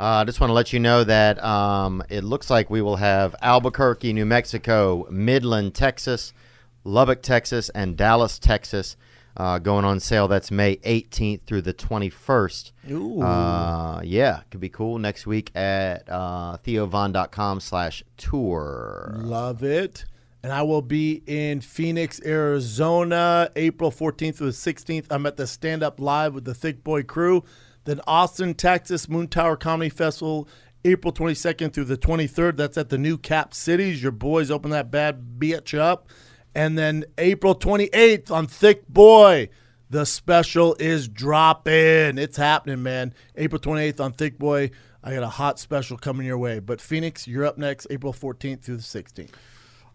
I uh, just want to let you know that um, it looks like we will have Albuquerque, New Mexico, Midland, Texas, Lubbock, Texas, and Dallas, Texas uh, going on sale. That's May 18th through the 21st. Ooh. Uh, yeah, could be cool. Next week at uh, theovon.com slash tour. Love it. And I will be in Phoenix, Arizona, April 14th through the 16th. I'm at the Stand Up Live with the Thick Boy crew. Then Austin, Texas, Moon Tower Comedy Festival, April 22nd through the 23rd. That's at the new Cap Cities. Your boys open that bad bitch up. And then April 28th on Thick Boy, the special is dropping. It's happening, man. April 28th on Thick Boy. I got a hot special coming your way. But Phoenix, you're up next, April 14th through the 16th.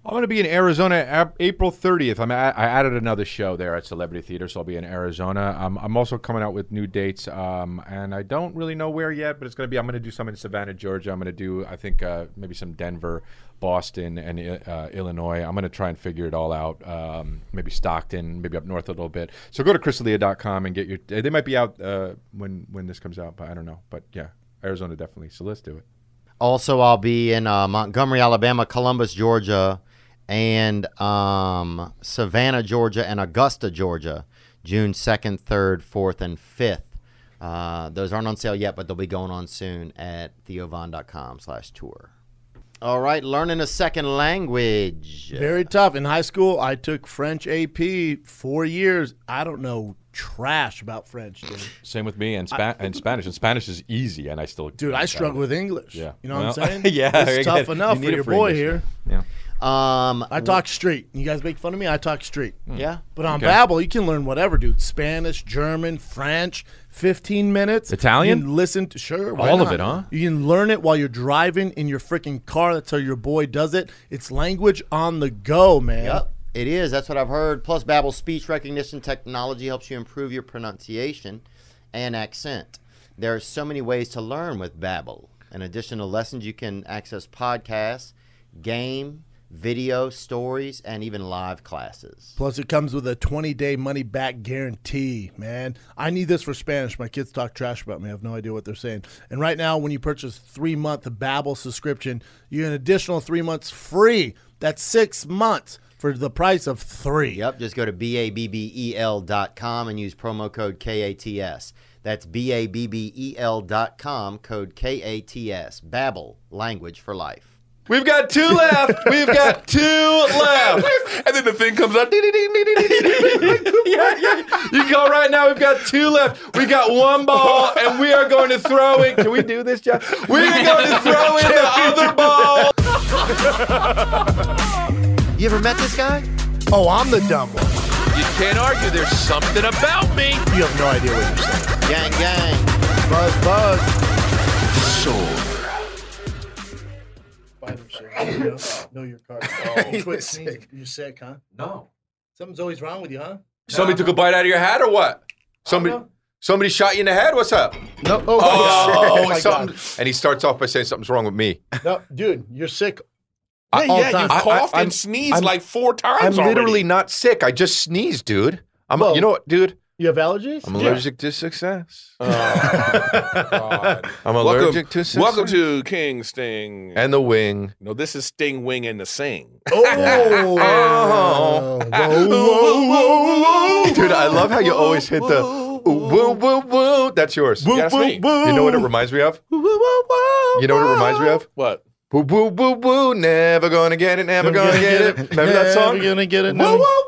I'm going to be in Arizona Ap- April 30th. I'm a- I added another show there at Celebrity Theater, so I'll be in Arizona. Um, I'm also coming out with new dates, um, and I don't really know where yet, but it's going to be. I'm going to do some in Savannah, Georgia. I'm going to do, I think, uh, maybe some Denver, Boston, and uh, Illinois. I'm going to try and figure it all out. Um, maybe Stockton, maybe up north a little bit. So go to chrisalia.com and get your. They might be out uh, when when this comes out, but I don't know. But yeah, Arizona definitely. So let's do it. Also, I'll be in uh, Montgomery, Alabama, Columbus, Georgia, and um, Savannah, Georgia, and Augusta, Georgia, June 2nd, 3rd, 4th, and 5th. Uh, those aren't on sale yet, but they'll be going on soon at theovon.com slash tour. All right, learning a second language. Very tough. In high school, I took French AP four years. I don't know trash about French, dude. Same with me and, Spa- and Spanish. And Spanish is easy, and I still Dude, I struggle with English. Yeah. You know what Well, I'm saying? yeah, I It's tough get it. enough for You need it your for boy English. here. Yeah. Um, I talk street. You guys make fun of me. I talk street. yeah. But on Hmm. Okay. Babbel, you can learn whatever, dude. Spanish, German, French. Fifteen minutes. Italian? You can listen. To, sure. why All of not? it, huh? You can learn it while you're driving in your freaking car. That's how your boy does it. It's language on the go, man. Yep, it is. That's what I've heard. Plus, Babbel's speech recognition technology helps you improve your pronunciation and accent. There are so many ways to learn with Babbel. In addition to lessons, you can access podcasts, game, video, stories, and even live classes. Plus, it comes with a 20 day money back guarantee, man. I need this for Spanish. My kids talk trash about me. I have no idea what they're saying. And right now, when you purchase three month Babbel subscription, you get an additional three months free. That's six months for the price of three. Yep, just go to B-A-B-B-E-L E dot com and use promo code K-A-T-S. That's B-A-B-B-E-L E dot com, code K-A-T-S. Babbel, language for life. We've got two left. We've got two left. And then the thing comes out. You can go right now. We've got two left. We got one ball, and we are going to throw it. Can we do this, Jeff? We are going to throw in the other ball. You ever met this guy? Oh, I'm the dumb one. You can't argue there's something about me. You have no idea what you're saying. Gang, gang. Buzz, buzz. Know your card. Oh, quit sneezing. You're sick, huh? No. Something's always wrong with you, huh? Somebody took a bite out of your hat, or what? Somebody. Somebody shot you in the head. What's up? No. Oh, my something. God. And he starts off by saying something's wrong with me. No, dude, you're sick. I- Yeah, all yeah, the you time. I- I- coughed I'm- and sneezed I'm- like four I'm times literally already. not sick. I just sneezed, dude. I'm. Well- you know what, dude? You have allergies? Oh, I'm allergic to success. I'm allergic Welcome, to success. welcome to King Sting. and the wing. no, this is Sting Wing and the Sing. Oh, Whoa, whoa, whoa, whoa. Dude, I love how you always hit the ooh, woo woo woo. That's yours. That's me. You know what it reminds me of? You know what it reminds me of? What? Woo woo woo woo. Never gonna get it. Never gonna, get, it. Remember that song? Never gonna get it. Woo woo No. woo woo.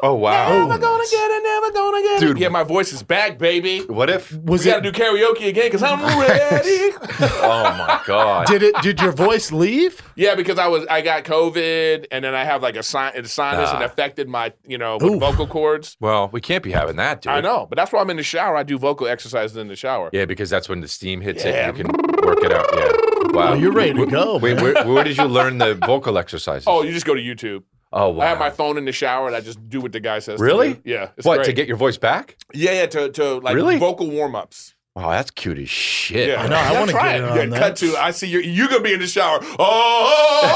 Oh wow. Never gonna get it, never gonna get Dude. it. Yeah, my voice is back, baby. What if? Was We gotta it? do karaoke again because I'm ready. Oh my god. Did it? Did your voice leave? yeah, because I was I got COVID and then I have like a sin- a sinus and Nah. affected my you know Oof. vocal cords. Well, we can't be having that, dude. I know, but that's why I'm in the shower. I do vocal exercises in the shower. Yeah, because that's when the steam hits Yeah. it. You can work it out. Yeah. Wow. Oh, you're ready to go. Wait, man. where, where did you learn the vocal exercises? Oh, you just go to YouTube. Oh, wow. I have my phone in the shower and I just do what the guy says. to Really? do. yeah. It's what great. to get your voice back? Yeah, yeah. To to like Really? vocal warm ups. Wow, that's cute as shit. Yeah, I know, I Yeah, wanna try get it. in on yeah, that. Cut to. I see you. You gonna be in the shower. Oh, oh, oh,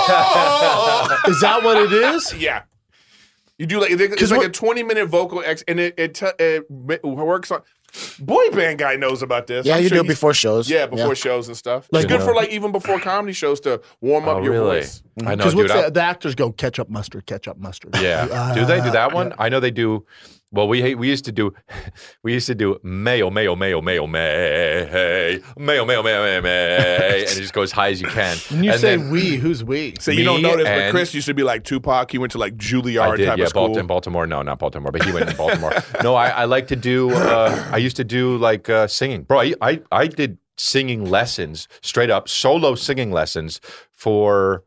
oh, oh. Is that what it is? yeah. You do like it's 'Cause like what- a twenty minute vocal ex, and it it, t- it, ma- works on. boy band guy knows about this. Yeah, I'm you sure do it he's- before shows. Yeah, before shows and stuff. Like- it's good for like even before comedy shows to warm up Oh, your really? voice. I know, Because dude. what's I- the, the actors go ketchup mustard, ketchup mustard. Yeah. do they do that one? I know they do. Well, we hate, we used to do we used to do mayo mayo mayo mayo may mayo mayo mayo mayo may, and it just go as high as you can. When you and say then- we, who's we? Mm-hmm. So you don't Me know this, but and- Chris used to be like Tupac. He went to like Juilliard I did, type yeah, of school. Baltimore, Baltimore. No, not Baltimore, but he went to Baltimore. no, I, I like to do. Uh, I used to do like uh, singing, bro. I, I I did singing lessons, straight up solo singing lessons for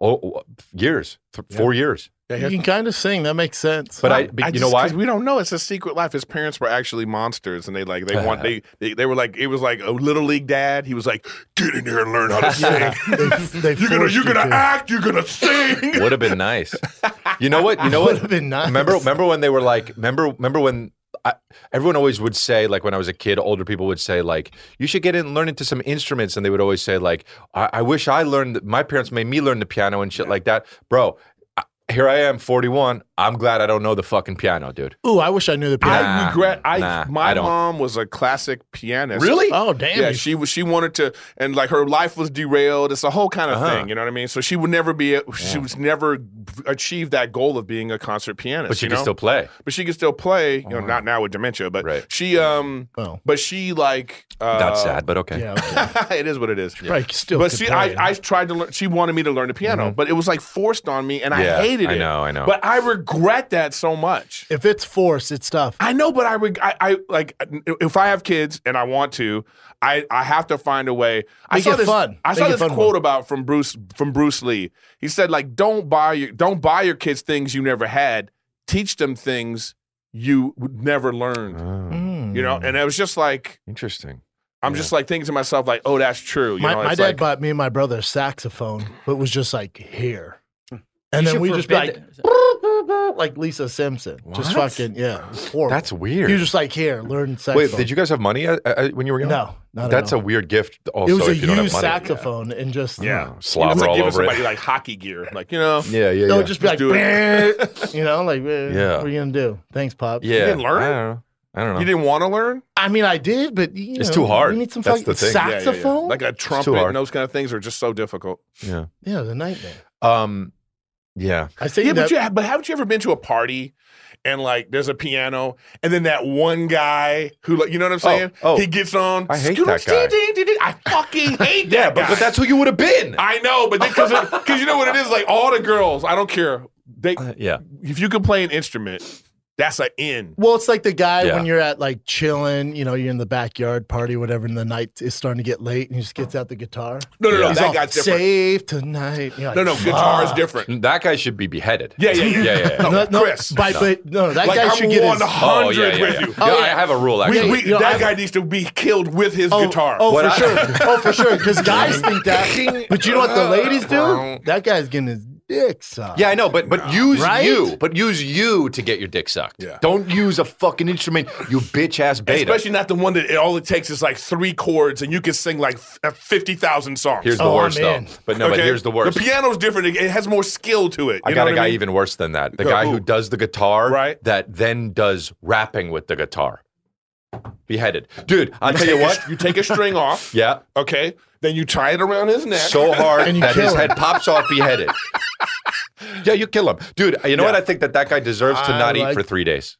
oh, years, th- four years. You can kind of sing. That makes sense. But I, but you know just- why? 'cause We don't know. It's a secret life. His parents were actually monsters, and they like they want they, they they were like it was like a little league dad. He was like, get in here and learn how to sing. they, they you're gonna forced you you're gonna to. act. You're gonna sing. Would have been nice. You know what? You know what? Would've been nice. Remember, remember when they were like, remember, remember when I, everyone always would say, like when I was a kid, older people would say, like, you should get in and learn into some instruments, and they would always say, like, I, I wish I learned. My parents made me learn the piano and shit like that, bro. I, here I am, 41. I'm glad I don't know the fucking piano, dude. Ooh, I wish I knew the piano. I regret. I nah, my I don't. mom was a classic pianist. Oh damn! Yeah, you- she was. She wanted to, and like her life was derailed. It's a whole kind of Uh-huh. thing, you know what I mean. So she would never be. A, She was never achieved that goal of being a concert pianist. But you, you can know? still play. Uh-huh. but she can still play. You know, not now with dementia, but Right. she. Um, Well. but she like. Uh, That's sad, but okay. Oh. yeah, okay. it is what it is. Probably still. But could she, play. Mm-hmm. I, I tried to learn. She wanted me to learn the piano, but it was like forced on me, and Yeah, I hated it. I know, I know. But I regret that so much. if it's forced, it's tough. I know, but I, reg- I, I like if I have kids and I want to, I, I have to find a way. I Make saw it this. fun. I Make saw it this fun quote one. about from Bruce from Bruce Lee. He said like don't buy your don't buy your kids things you never had. Teach them things you would never learned. You know, and it was just like Oh. Interesting. I'm just like thinking to myself like, oh, that's true. You my know, my it's dad like, bought me and my brother a saxophone, but was just like here, and You then should we just be like forbid like Lisa Simpson, just What? fucking yeah. it was horrible. That's weird. He was just like here, learn saxophone. Wait, did you guys have money uh, uh, when you were young? No, not at That's all. a weird gift. Also, It was a if you don't have used money. saxophone, and just yeah, slobber It's like all giving over it. somebody like hockey gear, like you know, Yeah, yeah, yeah. No, it'd just be like, do you know, like, eh, Yeah. what are you gonna do? Thanks, pop. yeah. didn't learn I it? don't know. I don't know. you didn't want to learn. I mean, I did, but you It's know, too hard. You need some That's fucking the thing. Yeah, Yeah, yeah, yeah. saxophone. like a trumpet hard. and those kind of things are just so difficult. yeah. Yeah, it was a nightmare. Um, yeah. I say Yeah, that. but you but haven't you ever been to a party and like there's a piano and then that one guy who like you know what I'm saying? oh. he gets on. I hate that guy. I fucking hate that Yeah, but, guy. but that's who you would have been. I know, but because because you know what it is like all the girls. I don't care. They Uh, yeah. if you can play an instrument, that's an in. well, it's like the guy Yeah. when you're at like chilling, you know, you're in the backyard party, whatever, and the night is starting to get late, and he just gets Oh. out the guitar. No, no, no. Yeah. He's That all, guy's different. Save tonight. You're like, no, no. Guitar is different. That guy should be beheaded. Yeah, yeah, yeah. yeah, yeah. No, No, no, Chris. By, but no, that like guy I'm should get one his. Oh, hundred yeah, yeah, with yeah. you. Yeah, I have a rule actually. We- we- you know, that I've- guy needs to be killed with his guitar. Oh, What for I- sure. Oh, for sure. Because guys think that. But you know what the ladies do? That guy's getting his dick sucked. yeah, I know, but but use Right? you, but use you to get your dick sucked. Yeah. Don't use a fucking instrument, you bitch ass beta. Especially not the one that it, all it takes is like three chords and you can sing like uh, fifty thousand songs. here's the Oh, I'm worst in. though. But no, but here's the worst. The piano's different. It, it has more skill to it. I You got know a what guy I mean? even worse than that. The Go- guy who who? does the guitar, Right. That then does rapping with the guitar. Beheaded, dude. I tell you what. You take a string off. Yeah. Okay. Then you tie it around his neck. so hard And you that kill his him. head pops off beheaded. yeah, you kill him, dude. You know what? I think that that guy deserves to I not eat like- for three days.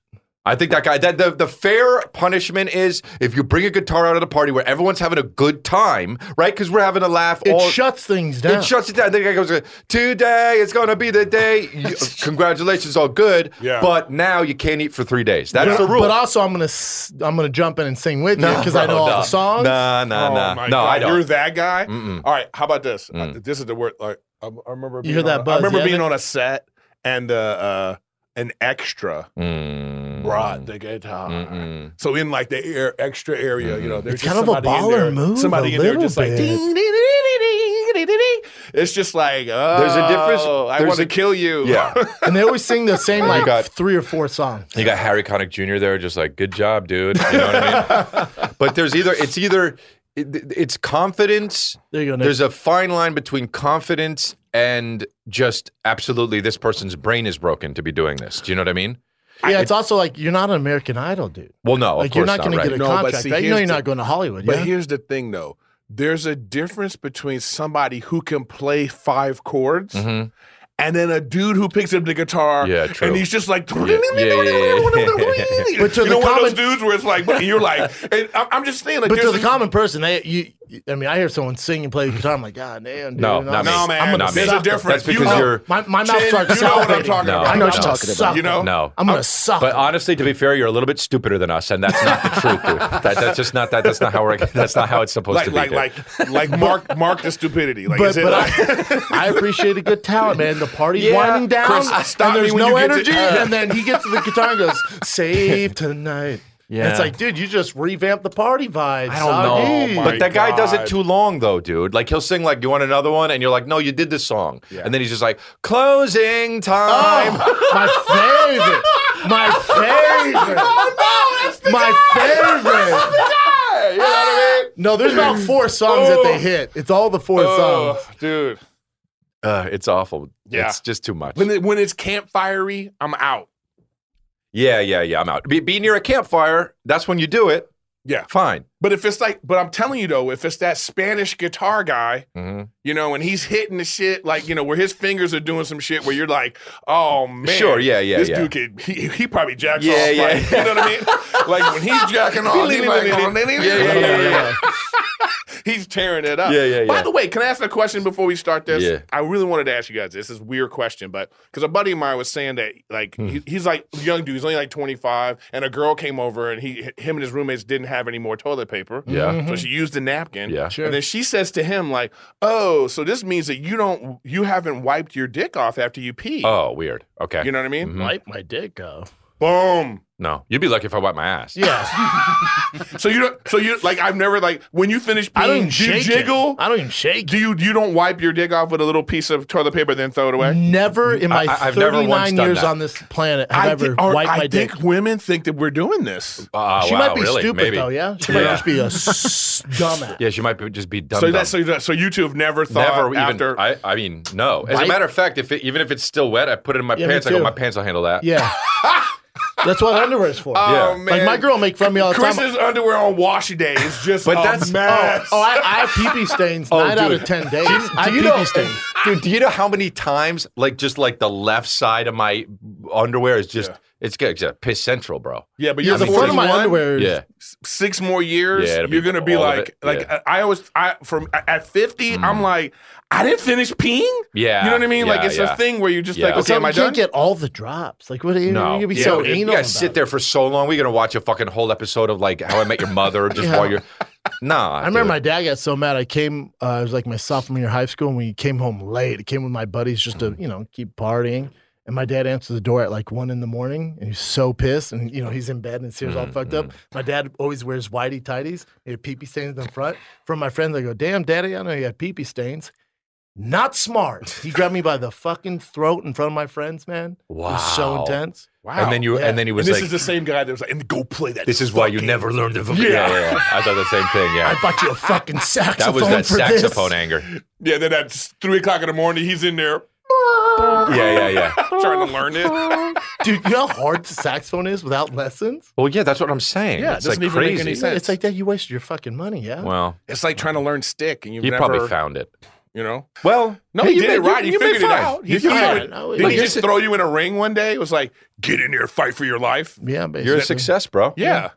I think that guy that the, the fair punishment is if you bring a guitar out at a party where everyone's having a good time, right? Because we're having a laugh. It all, shuts things down. It shuts it down. The guy goes, "Today it's gonna be the day. You- congratulations, all good. Yeah. But now you can't eat for three days. That's the rule. But also, I'm gonna s- I'm gonna jump in and sing with you because I know bro, all nah. the songs. Nah, nah, Oh nah. my no, God, I don't. Mm. You're that guy. All right. How about this? Uh, this is the word. Like I, I remember. Being hear that on, buzz, I remember yeah, being Nick? on a set and uh, uh, an extra Mm, brought the guitar. mm. So in like the air, extra area, you know, there's It's just kind of a somebody in baller there- move, Somebody a in there little just like bit. ding, ding, ding, ding, ding, ding, ding. It's just like oh, There's a difference- I there's want to a- kill you. Yeah. And they always sing the same like got- three or four songs. You got Harry Connick Jr. there, just like, good job, dude. You know what I mean? But there's either it's either it, it's confidence. There you go. Nick. There's a fine line between confidence and just absolutely this person's brain is broken to be doing this. Do you know what I mean? Yeah, it's also like you're not an American Idol, dude. Well, no, Like you're not going to get a No, but contract. see, right? You know here's you're the- not going to Hollywood. But yeah? here's the thing, though. There's a difference between somebody who can play five chords and then a dude who picks up the guitar Yeah, true. and he's just like, yeah, yeah, yeah. But to you the know, one of common- those dudes where it's like, but you're like, and I'm I'm just saying, like, But to there's the a- common person, they you. I mean, I hear someone sing and play the guitar. I'm like, God damn, dude. No, And I'm not me. like, No, man. I'm gonna not me. there's a suck. difference. That's because you you're- My, my mouth Chin, starts you know what I'm salivating. talking No, about. I know no. what you're talking about. You know? No. I'm gonna suck. But honestly, to be fair, you're a little bit stupider than us, and that's not the truth. Dude. That, that's just not that. That's not how we're. That's not how it's supposed Like, to be. like, dude. like, like, mark, mark the stupidity. Like, but, is it but like, I, I appreciate a good talent, man. The party's Yeah. winding down, Chris, stop and there's me when no you get to- energy. uh. and then he gets to the guitar and goes, "Save tonight." Yeah, it's Yeah. like, dude, you just revamped the party vibes. I don't know, Oh my but that guy does God. it too long, though, dude. Like he'll sing like, "You want another one?" and you're like, "No, you did this song," and then he's just like, "Closing time." my favorite. Oh, My favorite. my favorite. you know what I mean? No, there's about four songs that they hit. It's all the four oh, songs. dude? Uh, it's awful. Yeah. It's just too much. When it, when it's campfirey, I'm out. Yeah, yeah, yeah. I'm out. Be, be near a campfire. That's when you do it. Yeah. Fine. But if it's like, but I'm telling you though, if it's that Spanish guitar guy, Mm-hmm. you know, and he's hitting the shit like, you know, where his fingers are doing some shit where you're like, oh man, Sure, yeah, yeah, this yeah. dude could, he, he probably jacks Yeah, off, yeah. like, you know what I mean? like when he's jacking off, he's, like, "Oh, he's tearing it up. Yeah, yeah, By yeah. the way, can I ask a question before we start this? Yeah. I really wanted to ask you guys this. This is a weird question, but because a buddy of mine was saying that like Hmm. he, he's like a young dude, he's only like 25, and a girl came over and he him and his roommates didn't have any more toilet paper. Yeah. Mm-hmm. So she used a napkin. Yeah. And then she says to him, like, oh, so this means that you don't you haven't wiped your dick off after you pee. Oh, weird. Okay. Mm-hmm. You know what I mean? Wipe my dick off. Boom. no, you'd be lucky if I wiped my ass. Yeah, So you don't so you like I've never like when you finish I don't peeing, even do you shake. jiggle? It. I don't even shake. Do you you don't wipe your dick off with a little piece of toilet paper then throw it it. away? Never in my I- I've never once 39 done years that. on this planet have I ever thi- or wiped I my dick. think women think that we're doing this. Uh, she wow, might be really? stupid Maybe. though. Yeah, she might Yeah. just be a s- dumbass. Yeah, she might be, just be dumb. So that's so, that- so you two have never thought Never even. after. I, I mean, no. As a Wipe- matter of fact, if it, even if it's still wet, I put it in my Yeah, me pants. I go, too. my pants will handle that. Yeah, that's what underwear is for. oh yeah. man, Like my girl make fun of me all the time. Chris's underwear on washy day is just But a that's- Oh, mess. Oh, I, I have pee pee stains nine out dude. of ten days. I have Do you pee know, pee stains. dude? Do you know how many times, like, just like the left side of my underwear is just it's good, it's a piss central, bro. yeah, but Yeah, you're the front of my 41, underwear. Is, Yeah, Six more years, Yeah, it'll be you're gonna be all of like, it, like yeah. Mm. I I always, I from at 50, I'm like, I didn't finish peeing. yeah. you know what I mean? like yeah, it's yeah. a thing where you're just Yeah. like, But okay, Some am I you can't done? get all the drops. Like, what are you? No. You're gonna be Yeah, so you anal. You guys about sit it. there for so long. We're gonna watch a fucking whole episode of like How I Met Your Mother just Yeah. while you're. Nah, I remember my dad got so mad. I came. Uh, it was like my sophomore year of high school, and we came home late. I came with my buddies just Mm. to you know keep partying. And my dad answered the door at like one in the morning, and he's so pissed. And you know he's in bed and his hair's all fucked up. Mm-hmm. My dad always wears whitey tighties. He had pee pee stains in front. From my friends, I go, "Damn, daddy, I know you had pee pee stains." Not smart. He grabbed me by the fucking throat in front of my friends, man. It was so Wow. intense. Wow. And then you, Yeah. and then he was And this like, is the same guy that was like, and go play that. "This is why you fucking- never learned it." From- yeah. yeah, yeah. I thought the same thing. I Yeah, bought you a fucking that saxophone was that for saxophone this. anger. Yeah, then at three o'clock in the morning, he's in there Oh. Yeah, yeah, yeah. trying to learn it. Dude, you know how hard the saxophone is without lessons? Well, yeah, that's what I'm saying. Yeah, it it's like doesn't even make crazy. any Yeah, sense. It's like that. You wasted your fucking money. Yeah. Well, It's like trying to learn stick, and you've he never, probably found it. you know. Well, No, he did it right. He figured it out. He figured fine. it No, out. he- Didn't he But just throw you in a ring one day? It was like, get in here, fight for your life. yeah, basically. You're a success, bro. Yeah.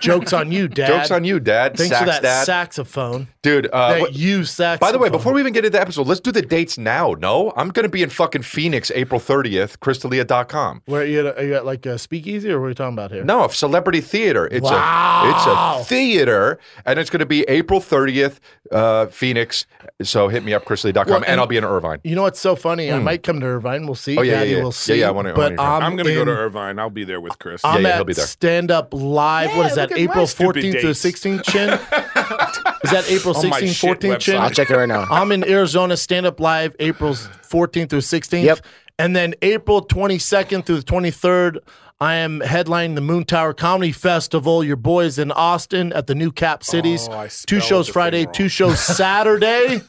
Joke's on you, Dad. Jokes on you, Dad. Thanks Sax, for that Dad. saxophone. Dude, uh, that what- you saxophone. by the way, before we even get into the episode, let's do the dates now. No, I'm going to be in fucking Phoenix April 30th, crystalia.com. Where you at, are you at like a speakeasy or what are you talking about here? No, celebrity theater. It's a Wow. it's a theater, and it's going to be April 30th, uh, Phoenix. So hit me up, crystalia.com, Well, and, and- I'll be in Irvine. You know what's so funny? I might come to Irvine. We'll see. Hmm. Oh, yeah, yeah, Daddy, yeah. We'll Yeah, see. yeah, I wanna- I but wanna hear. I'm, I'm going to go in- to Irvine. I'll be there with Chris. I'm yeah, at he'll be there. Stand Up Live. what is that? look at my April stupid 14th to the dates. 16th, Chin? is that April On Oh, my 16th, shit 14th, Chin? website. I'll check it right now. I'm in Arizona stand up live April 14th through 16th. Yep. And then April 22nd through the 23rd, I am headlining the Moon Tower Comedy Festival. Your boys in Austin at the New Cap Cities. Oh, I two spelled shows the thing Friday, wrong. two shows Saturday.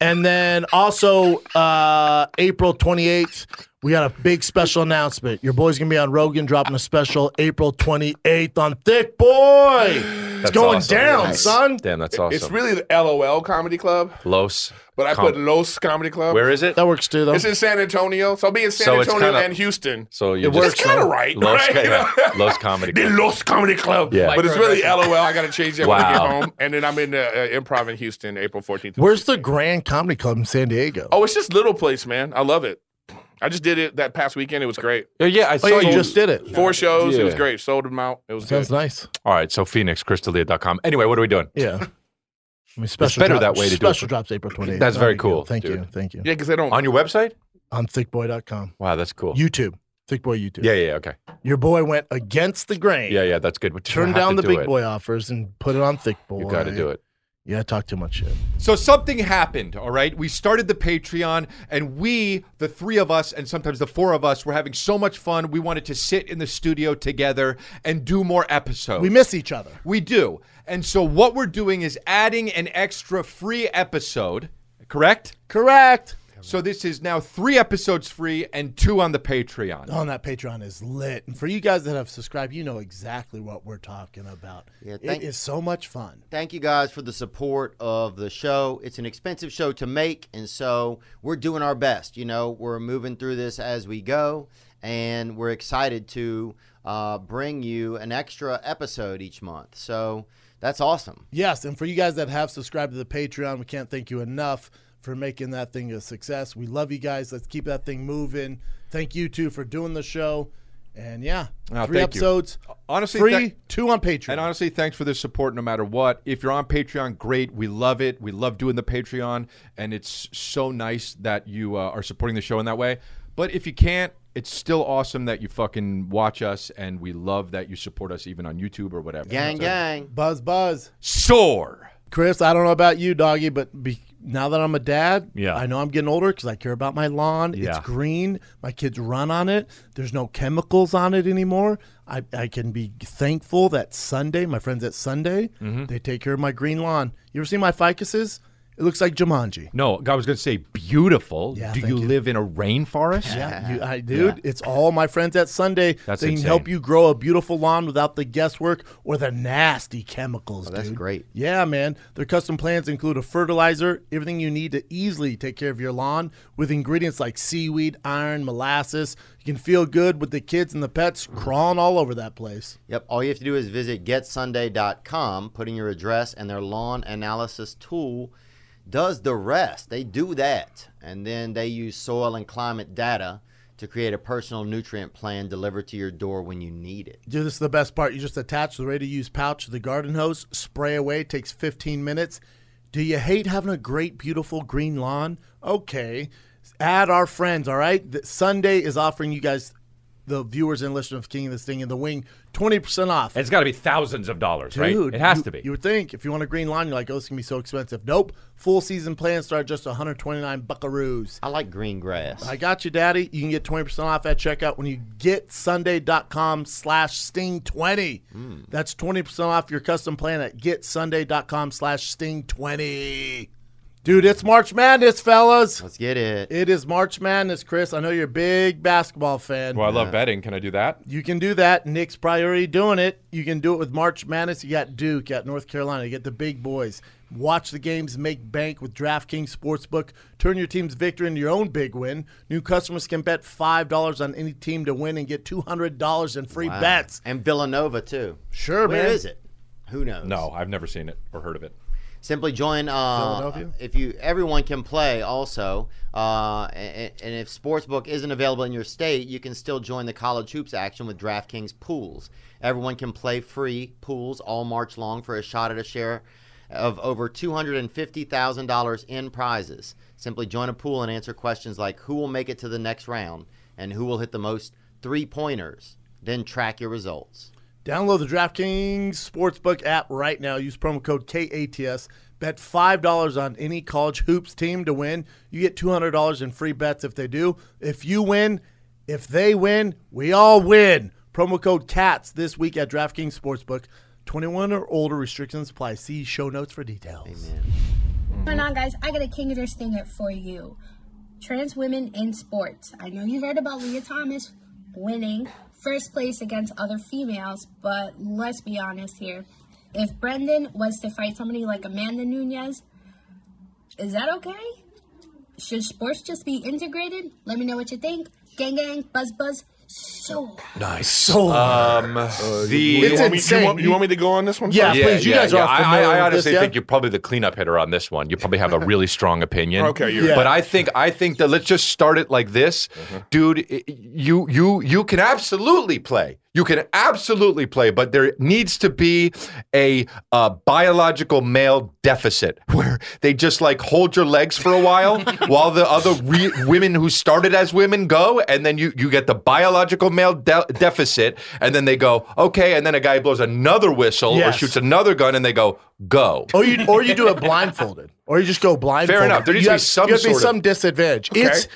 and then also uh, April 28th, we got a big special announcement. Your boy's going to be on Rogan dropping a special April 28th on Thick Boy. It's going awesome. down, Nice. son. Damn, that's awesome. It's really the LOL Comedy Club, Los. but I Com- put Los Comedy Club. Where is it? That works too, though. It's in San Antonio, so I'll be in San So it's Antonio kinda- and Houston. So you It just works, It's kinda huh? right, Los, right? yeah. Los comedy. The Club. Los Comedy Club. Yeah. But it's really LOL. I got to change that when I get Wow. home. And then I'm in the uh, improv in Houston April 14th. Where's the Grand Comedy Club in San Diego? Oh, it's just Little Place, man. I love it. I just did it that past weekend. It was great. Yeah, yeah, I Oh, saw yeah, you. you just did it. Four shows. It was Yeah. great. Sold them out. It was Sounds good. nice. All right, so phoenixcrystalia.com. Anyway, what are we doing? Yeah. I mean, special better drop- that way to do it. Special drops April 28th. That's Not a very big deal. cool, Thank you. dude. Thank you. Yeah, because they don't. On your website? On thickboy.com. Wow, that's cool. YouTube. Thickboy YouTube. yeah, yeah, yeah, okay. Your boy went against the grain. Yeah, yeah, that's good. But you Turned have down to the do big it. boy offers and put it on Thick Boy. You got to do it. Yeah, I talk too much shit. So something happened, all right? We started the Patreon, and we, the three of us, and sometimes the four of us, were having so much fun. We wanted to sit in the studio together and do more episodes. We miss each other. We do. And so what we're doing is adding an extra free episode, correct? Correct. So this is now three episodes free and two on the On Patreon. Oh, that Patreon is lit, and for you guys that have subscribed, you know exactly what we're talking about. Yeah, it thank- is so much fun. Thank you guys for the support of the show. It's an expensive show to make, and so we're doing our best. You know, we're moving through this as we go, and we're excited to uh, bring you an extra episode each month. So that's awesome. Yes, and for you guys that have subscribed to the Patreon, we can't thank you enough for making that thing a success. We love you guys. Let's keep that thing moving. Thank you too for doing the show. And yeah, Oh, three thank you. episodes. Honestly, three, thank- two on Patreon. And honestly, thanks for the support no matter what. If you're on Patreon, great. We love it. We love doing the Patreon. And it's so nice that you uh, are supporting the show in that way. But if you can't, it's still awesome that you fucking watch us. And we love that you support us even on YouTube or whatever. Gang, gang. buzz, buzz. Soar. Chris, I don't know about you, doggy, but be, now that I'm a dad, Yeah. I know I'm getting older because I care about my lawn. Yeah. It's green. My kids run on it. There's no chemicals on it anymore. I, I can be thankful that Sunday, my friends at Sunday, Mm-hmm. they take care of my green lawn. You ever see my ficuses? It looks like Jumanji. No, I was going to say beautiful. Yeah, Do thank you, you. live in a rainforest? Yeah, you, I, dude, it's all my friends at Sunday. That's they can insane. help you grow a beautiful lawn without the guesswork or the nasty chemicals. that's dude. great. Yeah, man. Their custom plans include a fertilizer, everything you need to easily take care of your lawn with ingredients like seaweed, iron, molasses. You can feel good with the kids and the pets crawling all over that place. Yep. All you have to do is visit getsunday.com, put in your address, and their lawn analysis tool does the rest. They do that. And then they use soil and climate data to create a personal nutrient plan delivered to your door when you need it. Dude, this is the best part. You just attach the ready to use pouch to the garden hose, spray away, takes 15 minutes. Do you hate having a great, beautiful green lawn? Okay. Add our friends, all right? The- Sunday is offering you guys, the viewers and listeners of King of This Thing in the Wing, 20% off. It's got to be thousands of dollars, Dude, right? It has you- to be. You would think if you want a green lawn, you're like, oh, it's going to be so expensive. Nope. Full season plans start just 129 buckaroos. I like green grass. I got you, Daddy. You can get 20% off at checkout when you get sunday.com slash sting20. That's 20% off your custom plan at getsunday.com slash sting20. Dude, it's March Madness, fellas. Let's get it. It is March Madness, Chris. I know you're a big basketball fan. well, I love betting. Can I do that? You can do that. Nick's probably already doing it. You can do it with March Madness. You got Duke, you got North Carolina, you got the big boys. Watch the games, make bank with DraftKings Sportsbook. Turn your team's victory into your own big win. New customers can bet $5 on any team to win and get $200 in free Wow. bets. And Villanova too. Sure, Where man. is it? Who knows? Oh, No, I've never seen it or heard of it. Simply join. Uh, Philadelphia? if you, everyone can play also. Uh, and, and if sportsbook isn't available in your state, you can still join the college hoops action with DraftKings pools. Everyone can play free pools all March long for a shot at a share of over two hundred and fifty thousand dollars in prizes. Simply join a pool and answer questions like who will make it to the next round and who will hit the most three pointers. Then track your results. Download the DraftKings Sportsbook app right now. Use promo code KATS. Bet $5 on any college hoops team to win. You get $200 in free bets if they do. If you win, If they win, we all win. Promo code CATS this week at DraftKings Sportsbook. 21 or older restrictions apply. See show notes for details. going on, guys? I got a King of Their Stinger for you. Trans women in sports. I know you heard about Leah Thomas winning first place against other females, but let's be honest here. If Brendan was to fight somebody like Amanda Nunez, is that okay? Should sports just be integrated? Let me know what you think. Gang, gang, buzz, buzz. So. Um, Uh, You, It's want me, you, insane. want, you want me to go on this one? Yeah, first? Yeah, please. You yeah, guys yeah. are all I, familiar I, I with honestly this, yeah? think you're probably the cleanup hitter on this one. You probably have a really strong opinion. Okay, you're Yeah. But I think I think that let's just start it like this, dude. i- You you you can absolutely play. You can absolutely play, but there needs to be a, uh biological male deficit where they just like hold your legs for a while while the other re- women who started as women go, and then you you get the biological male de- deficit, and then they go okay, and then a guy blows another whistle Yes. or shoots another gun, and they go go. Or you or you do it blindfolded. Or you just go blindfolded. enough. There needs you to have- be some you have to be sort of- some disadvantage. It's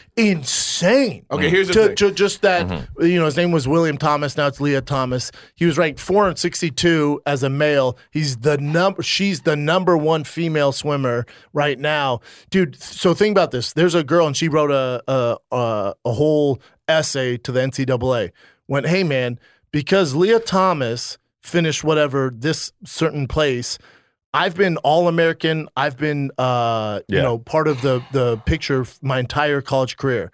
insane. Okay, here's the to, thing. Mm-hmm. to just that Mm. you know his name was William Thomas. Now it's Leah Thomas. He was ranked 462 as a male. He's the number. She's the number one female swimmer right now, dude. So think about this. There's a girl and she wrote a a a, a whole essay to the NCAA. Went, hey man, because Leah Thomas finished whatever this certain place. I've been all American. I've been, uh, you know, part of the the picture f- my entire college career.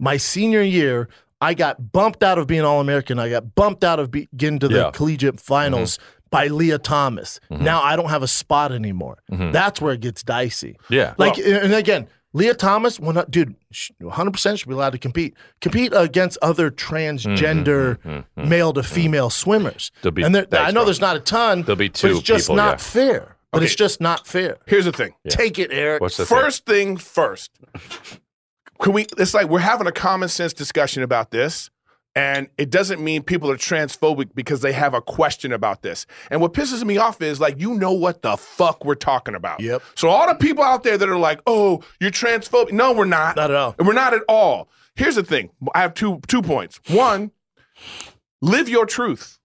My senior year, I got bumped out of being all American. I got bumped out of be- getting to the Yeah. Mm-hmm. collegiate finals by Leah Thomas. Now I don't have a spot anymore. That's where it gets dicey. Mm-hmm. Yeah. Like, and again, Leah Thomas, will not, dude, she- 100% should be allowed to compete. Compete against other transgender Mm-hmm, male to female swimmers. There'll be- and there, I thanks, know bro. there's not a ton. There'll be but two it's just people, not yeah. fair. But it's Okay. just not fair. Here's the thing. Take it, Eric. What's the thing? First thing first. Can we? It's like we're having a common sense discussion about this, and it doesn't mean people are transphobic because they have a question about this. And what pisses me off is like you know what the fuck we're talking about. Yep. So all the people out there that are like, "Oh, you're transphobic." No, we're not. Not at all. We're not at all. Here's the thing. I have two two points. One, live your truth.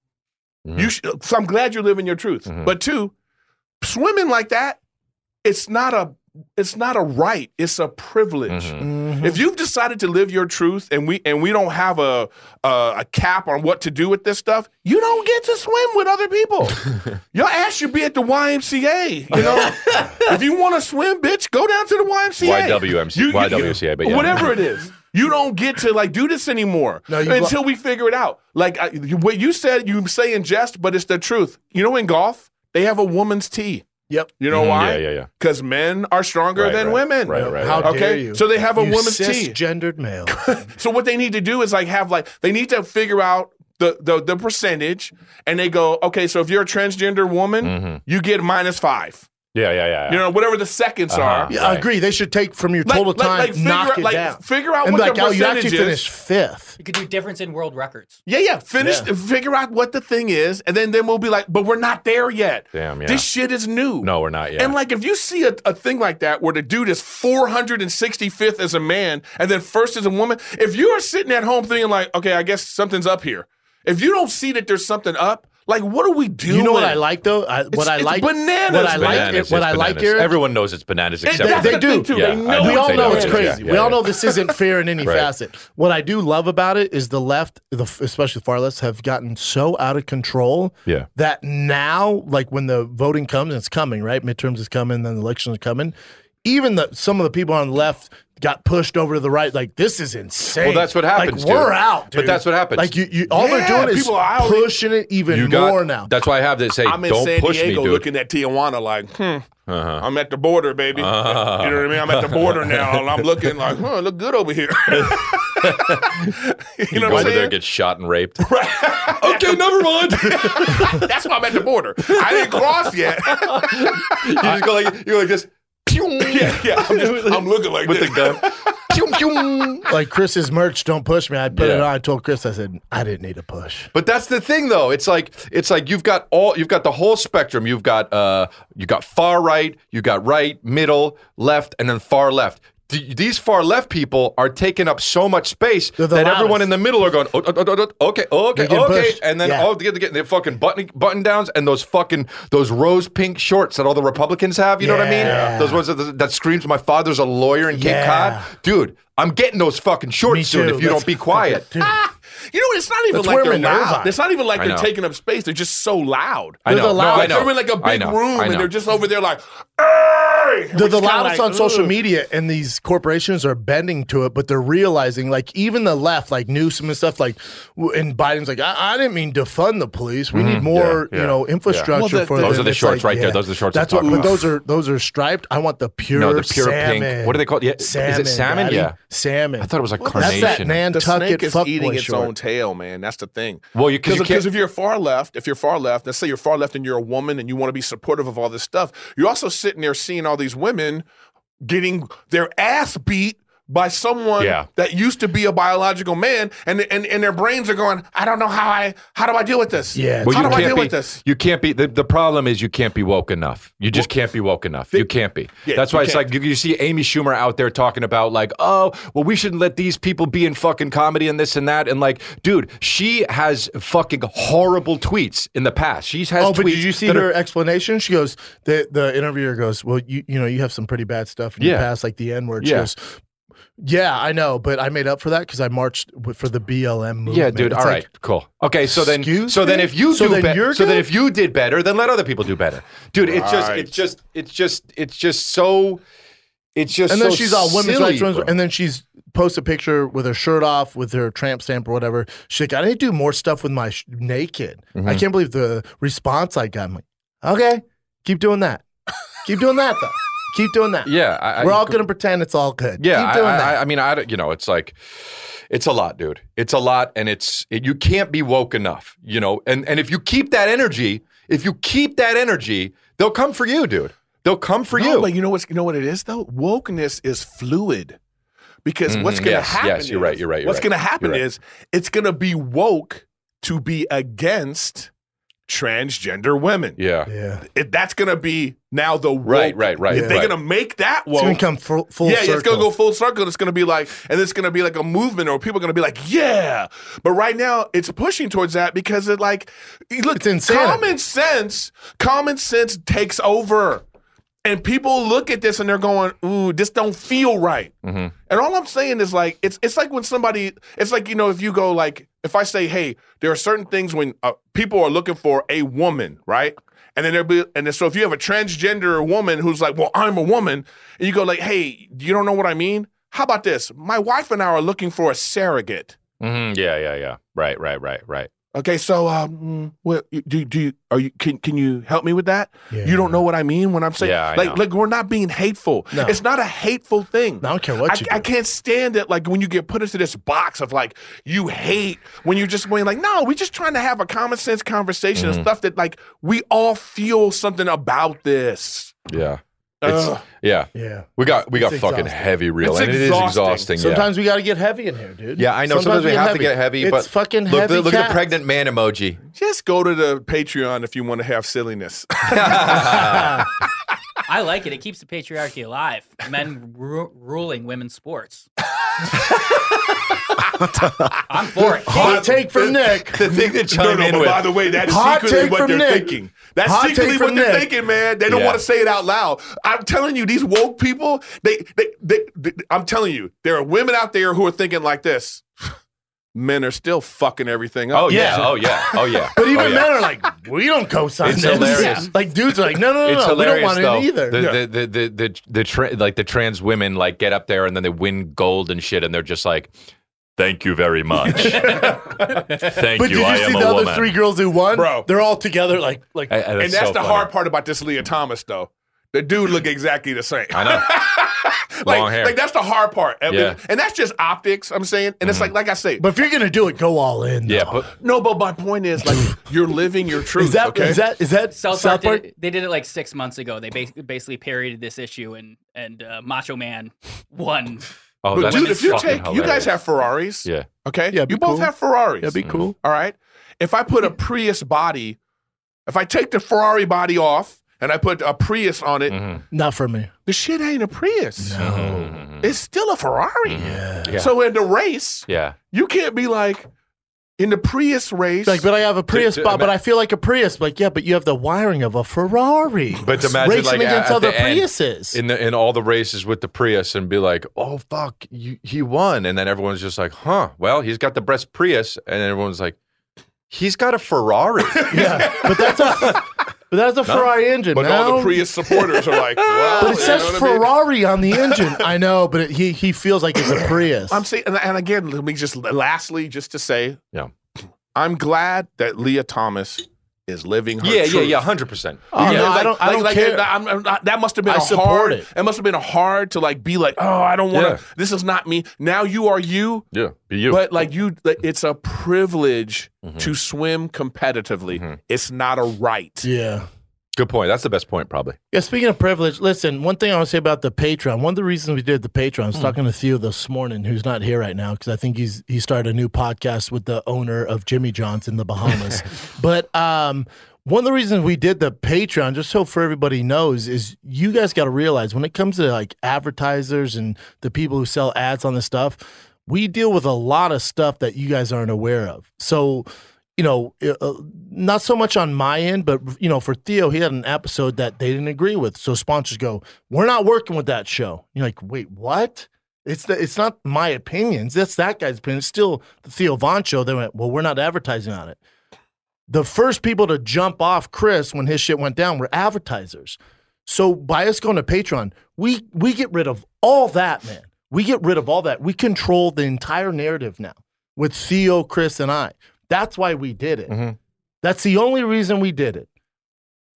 Mm-hmm. You. Sh- so I'm glad you're living your truth. But two, swimming like that, it's not a it's not a right. It's a privilege. Mm-hmm. If you've decided to live your truth, and we and we don't have a, a a cap on what to do with this stuff, you don't get to swim with other people. your ass should be at the YMCA. You know, if you want to swim, bitch, go down to the YMCA. YWMC YWCA, but yeah. whatever it is. You don't get to like do this anymore No, you- until we figure it out. Like I, you- what you said, you say in jest, but it's the truth. You know, in golf, they have a woman's tee. Yep. You know why? Mm-hmm. yeah, yeah, yeah. Because men are stronger Right, than right, women. right, right, How right. Okay, dare you? so they have a you woman's tee. cisgendered male. So what they need to do is like have like they need to figure out the the, the percentage, and they go, okay, so if you're a transgender woman, you get minus five. Yeah, yeah, Mm-hmm. yeah. You know, whatever the seconds are. Uh-huh. Yeah, I Right. agree. They should take from your Like- total like- time, like figure knock out- it like, down. figure out and what be like, the oh, you actually percentage is." finished fifth. You could do difference in world records. Yeah, yeah. Finish. Figure out what the thing is, and then then we'll be like, but we're not there yet. Damn, yeah. This shit is new. No, we're not yet. And like, if you see a, a thing like that where the dude is 465th as a man and then first as a woman, if you are sitting at home thinking like, okay, I guess something's up here. If you don't see that there's something up, like, what are we doing? You know what I like though? I, what I it's like bananas, What I like Bananas, what it's I like bananas. Eric Everyone knows it's bananas It- except that's they the do. thing, too. Yeah, They I know know we all they know know it's it. crazy. Yeah, yeah, we all yeah. know this isn't fair in any Right. facet. What I do love about it is the left, the especially the far left, have gotten so out of control Yeah. that now, like when the voting comes, and it's coming, right? Midterms is coming, then the elections are coming. Even the some of the people on the left got pushed over to the right. Like this is insane. Well, that's what happens, Like, we're dude. out, But dude. that's what happens. Like you, you all Yeah, they're doing is people are out. pushing it even you got more now. That's why I have to say, I'm in don't San push Diego me, dude. Uh-huh. looking at Tijuana like, hmm, I'm at the border, baby. You know what I mean? I'm at the border now, and I'm looking like, huh, look good over here. you you know what I'm go over there, saying? get shot and raped. okay, never mind. That's why I'm at the border. I didn't cross yet. you just go like you go like this. yeah, yeah. I'm, just, I'm looking like With the this. gun. like Chris's merch, don't push me. I put it Yeah. on. I told Chris, I said, I didn't need a push. But that's the thing, though. It's like it's like you've got all you've got the whole spectrum. You've got uh you got far right, you got right, middle, left, and then far left. th- these far left people are taking up so much space They're the that everyone loudest. in the middle are going, "Oh, oh, oh, oh, okay, okay, They get okay, pushed. and then Yeah. all together getting their fucking button button downs and those fucking those rose pink shorts that all the Republicans have. You know what I mean? Yeah. Those ones that, that screams, "My father's a lawyer in Cape Yeah. Cod, dude." I'm getting those fucking shorts Me soon too. if you That's- don't be quiet. You know, it's not even That's like where they're my nerves loud. are. It's not even like I they're know. taking up space. They're just so loud. I know. the loud- No, I Like, know. They're in like a I big know. room I know. and they're just over there like, hey! And They're we're the just kinda loudest like, on social "Ugh." media, and these corporations are bending to it, but they're realizing, like, even the left, like Newsom and stuff, like, w- and Biden's like, I, I didn't mean defund the police. We need more, Mm-hmm. yeah, you know, yeah. infrastructure Well, the- for the- them." Those are the It's like, shorts right there. yeah. Those are the shorts I'm That's what. talking But about. those are those are striped. I want the pure, No, the pure salmon. pink. What are they called? Yeah, is Salmon. it salmon? daddy. Yeah. salmon. I thought it was like That's that carnation. The Nantucket snake is eating fuckboy its short. own tail, man. That's the thing. Well, you- 'cause you can't- if you're far left, if you're far left, let's say you're far left and you're a woman and you want to be supportive of all this stuff, you're also sitting there seeing all these women getting their ass beat by someone Yeah. that used to be a biological man, and and and their brains are going, I don't know how I how do I deal with this? Yeah, Well, how you do I can't deal be, with this? You can't be. The, the problem is you can't be woke enough. You just can't be woke enough. you can't be. yeah, That's you why it's can't. like you, you see Amy Schumer out there talking about like, oh, well, we shouldn't let these people be in fucking comedy and this and that. And like, dude, she has fucking horrible tweets in the past. She has. Oh, but tweets did you see that are- her explanation? She goes, the the interviewer goes, well, you you know, you have some pretty bad stuff in Yeah. your past, like the N word. She Yeah. goes, yeah, I know, but I made up for that because I marched with, for the BLM movement. Yeah, dude. It's All right, like, cool. Okay, so then, Excuse so then, me? if you So do then better, you're so then good? if you did better, then let other people do better, dude. It's just, Right. it's just, it's just, it's just so, it's just. And then so she's all women's silly, rights, women's- bro. and then she's posts a picture with her shirt off, with her tramp stamp or whatever. She's like, I need to do more stuff with my sh- naked. I Mm-hmm. can't believe the response I got. I'm like, okay, keep doing that, keep doing that though, keep doing that. yeah, I, I- We're all gonna pretend it's all good. Yeah, keep I, doing I, that. I- I mean, I don't- you know, it's like, it's a lot, dude. It's a lot, and it's it, you can't be woke enough, you know. And and if you keep that energy, if you keep that energy, they'll come for you, dude. They'll come for No, you. but you know what's you know what it is though? Wokeness is fluid. Because what's Mhm. gonna Yes, happen yes, you're right, is- you're right, you're what's right. gonna happen You're right. is it's gonna be woke to be against transgender women. yeah. yeah, It, that's gonna be now the woke. Right, right, right, If they're right. gonna make that it's woke. gonna come full, full yeah, circle. it's gonna go full circle. It's gonna be like, and it's gonna be like a movement, or people are gonna be like, yeah. But right now, it's pushing towards that because it like, look, It's insanity. common sense, common sense takes over, and people look at this and they're going, ooh, this don't feel right. Mm-hmm. And all I'm saying is like, it's it's like when somebody, it's like you know, if you go like, if I say, hey, there are certain things when uh, people are looking for a woman, right? And then there'll be, and then, so if you have a transgender woman who's like, well, I'm a woman, and you go like, hey, you don't know what I mean? How about this? My wife and I are looking for a surrogate. Mhm. yeah, yeah, yeah. Right, right, right, right. Okay, so um, what do do you are you can can you help me with that? You don't know what I mean when I'm saying Yeah, I like know. like we're not being hateful. No. It's not a hateful thing. I don't care what I, you I do. can't stand it like when you get put into this box of like you hate when you're just going like no, we're just trying to have a common sense conversation Mm-hmm. of stuff that like we all feel something about this. Yeah. It's, Ugh. yeah. Yeah. We got we got It's fucking exhausting. heavy real, It's and it is exhausting. exhausting. yeah. Sometimes we got to get heavy in here, dude. Yeah, I know. Sometimes, we get have to get heavy, It's but fucking look, heavy. the, look at cat. the pregnant man emoji. Just go to the Patreon if you want to have silliness. I like it. It keeps the patriarchy alive. Men ru- ruling women's sports. I'm for it. Hot take from Nick. The thing that No, chime no, in but with. by the way, that is Hot secretly take what from they're Nick. thinking. That's Hot secretly take what from they're Nick. thinking, man. They don't Yeah. want to say it out loud. I'm telling you, these woke people, they, they, they, they- I'm telling you, there are women out there who are thinking like this. Men are still fucking everything up. oh yeah, oh yeah, oh yeah. But even oh, yeah. men are like, we don't co-sign It's this. hilarious. Yeah. Like dudes are like, no, no, no, it's no. we don't hilarious want though. it either. The, the, the, the, the, the tra- like the trans women like get up there and then they win gold and shit and they're just like, thank you very much. thank but did you. you I am see a the other woman. three girls who won? Bro. They're all together like like I- I- and that's so the funny. hard part about this Leah Thomas, though. The dude look exactly the same. I know. like, Long hair. like that's the hard part. And- Yeah. Mm-hmm. And that's just optics, I'm saying. And it's like like I say, But if you're gonna do it, go all in. Yeah, though. but no, but my point is like you're living your truth. Is that okay? is that is that South, South Park, Park? did it, they did it like six months ago. They bas- basically parodied this issue, and and uh, Macho Man won. oh, But that's dude, if you fucking take, you guys hilarious. have Ferraris. Yeah. Okay. Yeah, you be both cool. have Ferraris. That'd be cool. all right. If I put a Prius body, if I take the Ferrari body off, and I put a Prius on it. Not for me. The shit ain't a Prius. It's still a Ferrari. So in the race, Yeah. you can't be like in the Prius race. Like, but I have a Prius, to- but, but I feel like a Prius. Like, yeah, but you have the wiring of a Ferrari. But to imagine racing like against at other the end, Priuses. in the in all the races with the Prius and be like, oh fuck, you, he won, and then everyone's just like, huh, well he's got the best Prius, and everyone's like, he's got a Ferrari. yeah, but that's a but that's a Ferrari engine. but all no? the Prius supporters are like, wow. But it you says know what I mean? Ferrari on the engine. I know, but it, he he feels like it's a Prius. I'm saying, and, and again, let me just lastly, just to say, Yeah. I'm glad that Leah Thomas is living her yeah, yeah, truth. yeah, hundred percent. Oh, You no, know, I like- don't. I like- don't like, care. that- I'm- I'm not- that must have been I a support hard. it. It. must have been a hard to like be like, oh, I don't want to. Yeah. This is not me. Now you are you, Yeah, be you. Mm-hmm. but like you, like, it's a privilege to swim competitively. It's not a right. yeah. Good point. That's the best point, probably. Yeah, speaking of privilege, listen, one thing I want to say about the Patreon, one of the reasons we did the Patreon, I Hmm. was talking to Theo this morning, who's not here right now, because I think he's he started a new podcast with the owner of Jimmy John's in the Bahamas. but um, one of the reasons we did the Patreon, just so for everybody knows, is you guys got to realize when it comes to like advertisers and the people who sell ads on this stuff, we deal with a lot of stuff that you guys aren't aware of. So, you know, uh, uh, not so much on my end, but you know, for Theo, he had an episode that they didn't agree with. So sponsors go, "We're not working with that show." You're like, "Wait, what?" It's the, it's not my opinions. That's that guy's opinion. It's still the Theo Von show. They went, "Well, we're not advertising on it." The first people to jump off Chris when his shit went down were advertisers. So by us going to Patreon, we we get rid of all that, man. We get rid of all that. We control the entire narrative now with Theo, Chris, and I. That's why we did it. That's the only reason we did it.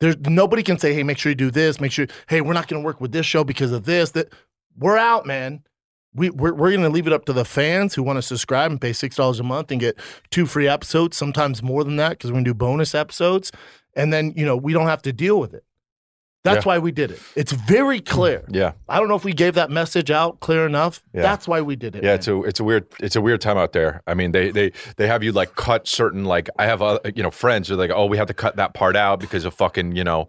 There's nobody can say, hey, make sure you do this, make sure, hey, we're not gonna work with this show because of this. That we're out, man. We, we're, we're going to leave it up to the fans who want to subscribe and pay $6 a month and get two free episodes, sometimes more than that, because we're going to do bonus episodes. And then, you know, we don't have to deal with it. That's why we did it. It's very clear. Yeah, I don't know if we gave that message out clear enough. Yeah. That's why we did it. yeah. man. It's a it's a weird it's a weird time out there. I mean, they they they have you like cut certain like I have uh, you know friends who are like, oh, we have to cut that part out because of fucking you know.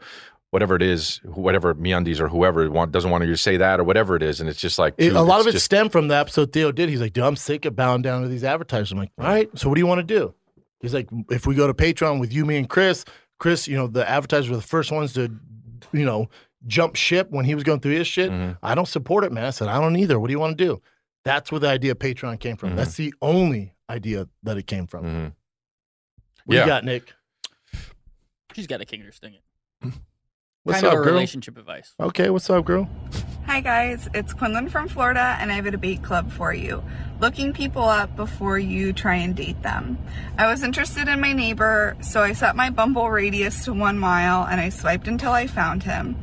Whatever it is, whatever Meundies or whoever want, doesn't want you to say that or whatever it is, and it's just like It- dude, a lot of it just- stemmed from the episode Theo did. He's like, dude, I'm sick of bowing down to these advertisers. I'm like, all right, so what do you want to do? He's like, if we go to Patreon with you, me, and Chris, Chris, you know, the advertisers were the first ones to, you know, jump ship when he was going through his shit. Mm-hmm. I don't support it, man. I said, I don't either. What do you want to do? That's where the idea of Patreon came from. That's Mm-hmm. the only idea that it came from. Mhm. What Yeah. you got, Nick? She's got a king or sting it. What's kind up, of a girl? relationship advice. Okay, what's up, girl? Hi guys, it's Quinlan from Florida and I have a debate club for you. Looking people up before you try and date them. I was interested in my neighbor, so I set my Bumble radius to one mile and I swiped until I found him.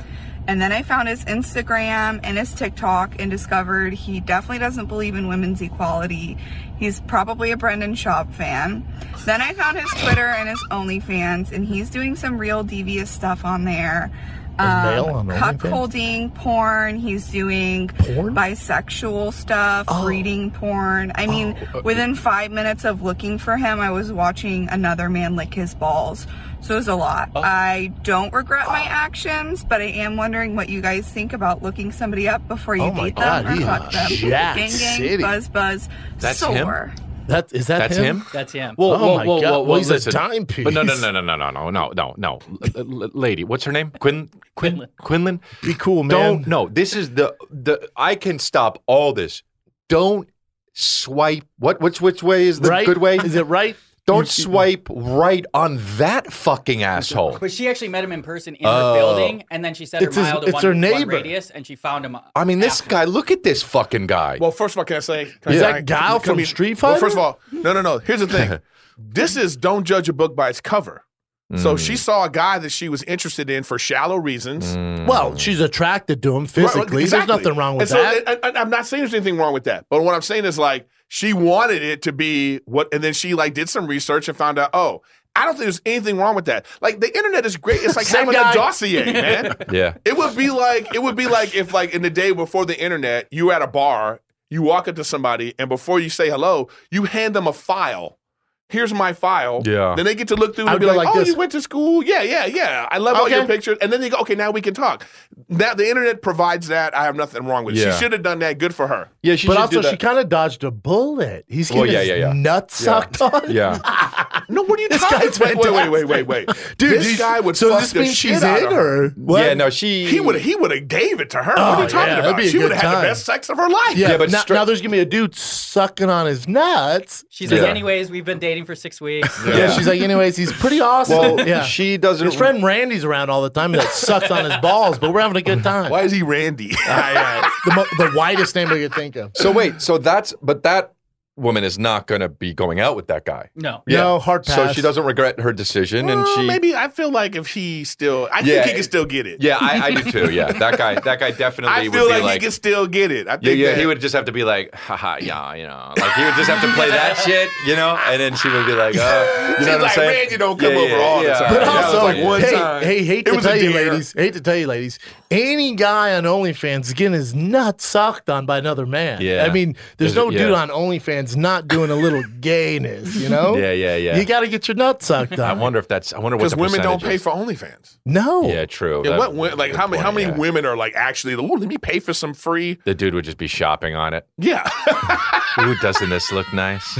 And then I found his Instagram and his TikTok and discovered he definitely doesn't believe in women's equality. He's probably a Brendan Schaub fan. Then I found his Twitter and his OnlyFans and he's doing some real devious stuff on there. Um, A male on OnlyFans? cuckold doing porn. He's doing Porn? Oh. bisexual stuff, reading porn. I mean, within five minutes of looking for him, I was watching another man lick his balls. So it was a lot. Oh. I don't regret my actions, but I am wondering what you guys think about looking somebody up before you Oh my date God, them he or fuck is them. jacked Gang, gang, city. buzz, buzz. That's him? sore. That is that that's him? him? That's him. Well, Oh my God. Well, he's a timepiece. But no, no, no, no, no, no, no, no, no, no. L- l- lady, what's her name? Quin, Quin, Quinlan. Be cool, man. Don't. No, this is the the. I can stop all this. Don't swipe. What? Which? Which way is the Right? good way? Is it right? Don't swipe right on that fucking asshole. But she actually met him in person in Oh. her building, and then she said It's her his- mile to it's one, her one neighbor. radius, and she found him. I mean, this guy. Look at this fucking guy. Well, first of all, can I say? Can Is I, that say- Guile can from we- Street Well, first of Fighter? all, no, no, no. Here's the thing. this is don't judge a book by its cover. So Mm. she saw a guy that she was interested in for shallow reasons. Well, she's attracted to him Right, physically. exactly. Mm. There's nothing wrong And with so that. I, I, I'm not saying there's anything wrong with that. But what I'm saying is like she wanted it to be what, and then she like did some research and found out. Oh, I don't think there's anything wrong with that. Like the internet is great. It's like Same having guy. a dossier, man. yeah. It would be like it would be like if like in the day before the internet, you were at a bar, you walk up to somebody, and before you say hello, you hand them a file here's my file. Yeah. Then they get to look through and I'd be go like, like oh, this. you went to school. Yeah, yeah, yeah. I love all Okay. your pictures. And then they go, okay, now we can talk. Now the internet provides that. I have nothing wrong with it. Yeah. She should have done that. Good for her. Yeah, she but should also, do she that. kind of dodged a bullet. He's Well, getting yeah, his yeah, yeah. nuts sucked on. yeah. No, what are you guy's talking about? Wait, wait, wait, wait, wait. Dude, this he's- guy would so fuck this the means shit she's out in of her. or what? Yeah, no, she He would he would have gave it to her. what are Oh, you talking yeah, that'd about? be a She would good have had time. the best sex of her life. Yeah, Yeah, but but now, stra- now there's gonna be a dude sucking on his nuts. She says, Yeah. anyways, we've been dating for six weeks. Yeah. she's like, anyways, he's pretty awesome. Well, yeah. she doesn't. his friend Randy's around all the time that sucks on his balls, but we're having a good time. Why is he Randy? The, mo- the whitest name we could think of. So wait, so that's but that woman is not going to be going out with that guy. No. No, hard pass. So she doesn't regret her decision, and Well, she maybe I feel like if he still, I Yeah. think he can still get it. Yeah, I, I do too. Yeah, that guy. That guy definitely. I would feel be like, like he can still get it. I Yeah, think yeah, that- he would just have to be like, haha, yeah, you know, like he would just have to play that shit, you know, and then she would be like, oh, you She's know what I'm like, saying? "Randy don't come over all the But time." Yeah, it was also, like one hey, time. hey, hate It to was a tell you, dare. ladies, hate to tell you, ladies, any guy on OnlyFans is getting his nuts sucked on by another man. Yeah. I mean, there's There's no a- dude yeah. on OnlyFans not doing a little gayness, you know? Yeah, yeah, yeah. You got to get your nuts sucked I on. wonder if that's. I wonder what because the women don't pay percentage for OnlyFans. no. is. Yeah, true. Yeah, Oh, what That- wo- like good how many how point, many yeah. women are like actually? Oh, let me pay for some free. The dude would just be shopping on it. Yeah, Ooh, doesn't this look nice?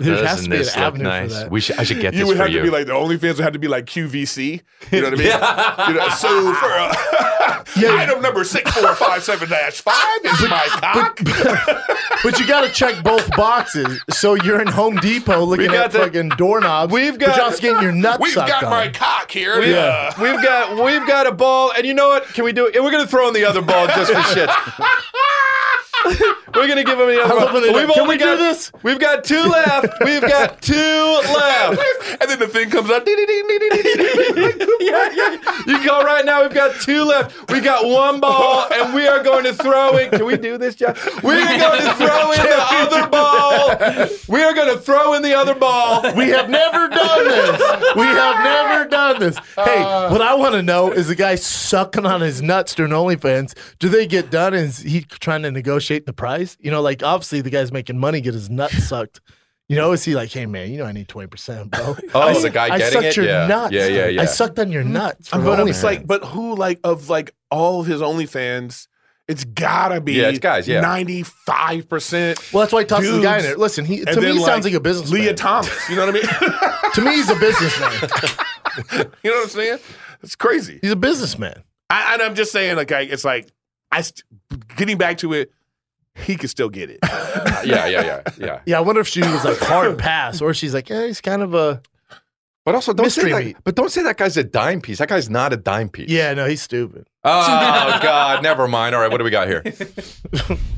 There has to doesn't be an this look avenue nice? for that. We should. I should get you this would for have you. to be like the OnlyFans would have to be like QVC. You know what I mean? You know, so for uh, item number six four five seven dash five is my cock. But you got to check both boxes. So you're in Home Depot looking got at the- fucking doorknobs. We've but got- you're also getting your nuts We've sucked got on. my cock here. We've, Yeah. we've got "Uh, we've got a ball, and you know what? Can we do it? We're gonna throw in the other ball just for shit. We're gonna give him the other love ball. when they We've go, "Can only we do got, this?" We've got two left. We've got two left. and then the thing comes out. ding, ding, ding, ding, ding, ding, ding. yeah, yeah. You can go right now. We've got two left. We got one ball, and we are going to throw it. Can we do this, Jeff? We are going to throw in the other ball. We are going to throw in the other ball. We have never done this. We have never done this. Hey, what I want to know is the guy sucking on his nuts during OnlyFans. Do they get done? And is he trying to negotiate the price? You know, like obviously the guy's making money, get his nuts sucked. You know, is he like, hey man, you know I need twenty percent, bro? Oh, I, the guy I getting sucked it? your Yeah. nuts. Yeah, yeah, yeah. I sucked on your Mm-hmm. nuts. for But OnlyFans." it's like, but who like of like all of his OnlyFans? It's gotta be Yeah, it's guys, yeah. ninety five percent. well, that's why I tossed the guy in dudes. there. Listen, he to me he sounds like a businessman. Leah Thomas, you know what I mean? to me, he's a businessman. you know what I'm saying? It's crazy. he's a businessman. I, and I'm just saying, like, I, it's like I st- getting back to it. He could still get it. Yeah, yeah, yeah, yeah. Yeah, I wonder if she was like hard pass or she's like, eh, he's kind of a But also, don't Mystery say meat. that. But don't say that guy's a dime piece. That guy's not a dime piece. yeah, no, he's stupid. Oh God, never mind. All right, what do we got here?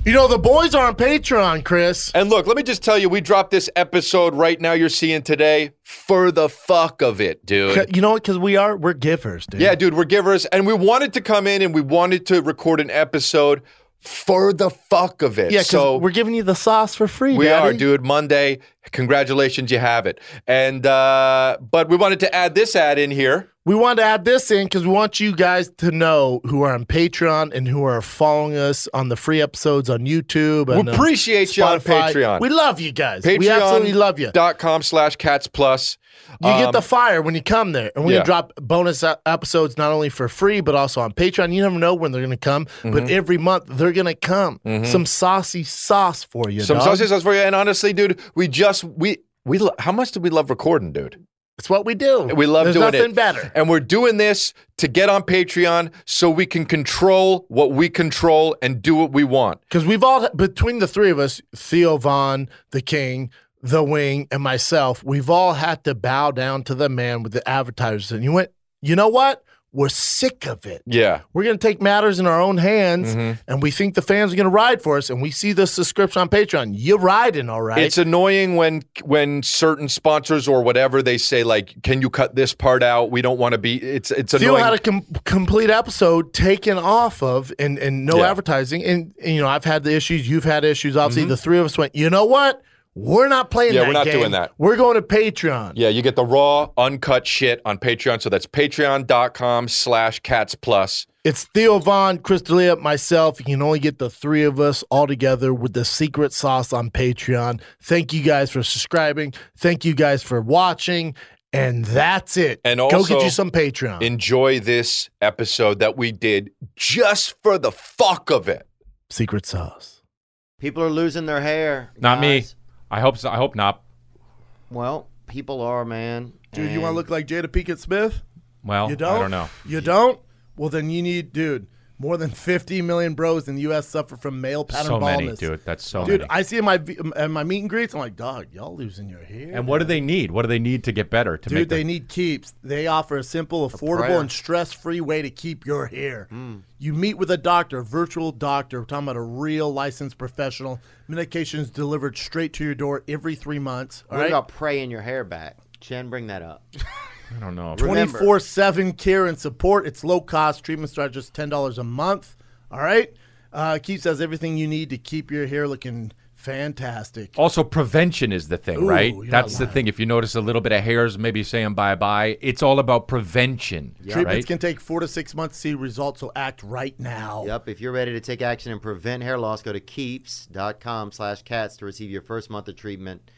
You know, the boys are on Patreon, Chris. And look, let me just tell you, we dropped this episode right now. You're seeing today for the fuck of it, dude. You know what? Because we are, we're givers, dude. Yeah, dude, we're givers, and we wanted to come in and we wanted to record an episode for the fuck of it. Yeah, 'cause so we're giving you the sauce for free, we Daddy. are, dude. Monday, congratulations, you have it. And uh but we wanted to add this ad in here. We wanted to add this in because we want you guys to know who are on Patreon and who are following us on the free episodes on YouTube. And, we uh, appreciate you on Spotify. Patreon. We love you guys. Patreon. We absolutely love you. Dot com slash cats plus. You get the fire when you come there. And we're Um, yeah. going to drop bonus e- episodes not only for free, but also on Patreon. You never know when they're going to come, Mm-hmm. but every month they're going to come. Some saucy sauce for you. Some dog. sausage sauce for you. And honestly, dude, we just we we lo- how much did we love recording, dude? It's what we do. We love There's doing nothing it. better. And we're doing this to get on Patreon so we can control what we control and do what we want. Because we've all, between the three of us, Theo Vaughn, the King, the Wing, and myself, we've all had to bow down to the man with the advertisers. And you went, you know what? We're sick of it. Yeah. We're going to take matters in our own hands, Mm-hmm. and we think the fans are going to ride for us. And we see the subscription on Patreon. You're riding, all right. It's annoying when when certain sponsors or whatever they say like, "Can you cut this part out? We don't want to be." It's it's Theo annoying. had a com- complete episode taken off of and, and no Yeah. Mm-hmm. advertising. And, and, you know, I've had the issues. You've had issues. Obviously, the three of us went, you know what? We're not playing Yeah, that we're not game. doing that. We're going to Patreon. Yeah, you get the raw, uncut shit on Patreon. So that's patreon.com slash cats plus. It's Theo Vaughn, Chris D'Elia, myself. You can only get the three of us all together with the secret sauce on Patreon. Thank you guys for subscribing. Thank you guys for watching. And that's it. And go also get you some Patreon. Enjoy this episode that we did just for the fuck of it. secret sauce. People are losing their hair. Not me. guys. I hope so. I hope not. Well, people are, man. Dude, you want to And- look like Jada Pinkett Smith? Well, You don't? I don't know. You don't? Well, then you need, dude, more than 50 million bros in the U.S. suffer from male pattern So many, baldness. dude. That's so Dude, many. I see in my, v- in my meet and greets, I'm like, dog, y'all losing your hair. and what do they need? What do they need to get better to Dude, make they them- need keeps. They offer a simple, prayer. affordable, and stress free way to keep your hair. You meet with a doctor, a virtual doctor. We're talking about a real licensed professional. Medications delivered straight to your door every three months. All What right. about praying your hair back? Jen, bring that up. I don't know. 24 7 care and support. It's low cost. Treatments start just $10 a month. All right. Uh, keeps has everything you need to keep your hair looking fantastic. Also, prevention is the thing, Ooh, right? you're not That's the lying. thing. If you notice a little bit of hairs, maybe saying bye bye. It's all about prevention, Treatments right? can take four to six months to see results, so act right now. Yep. If you're ready to take action and prevent hair loss, go to keeps.com slash cats to receive your first month of treatment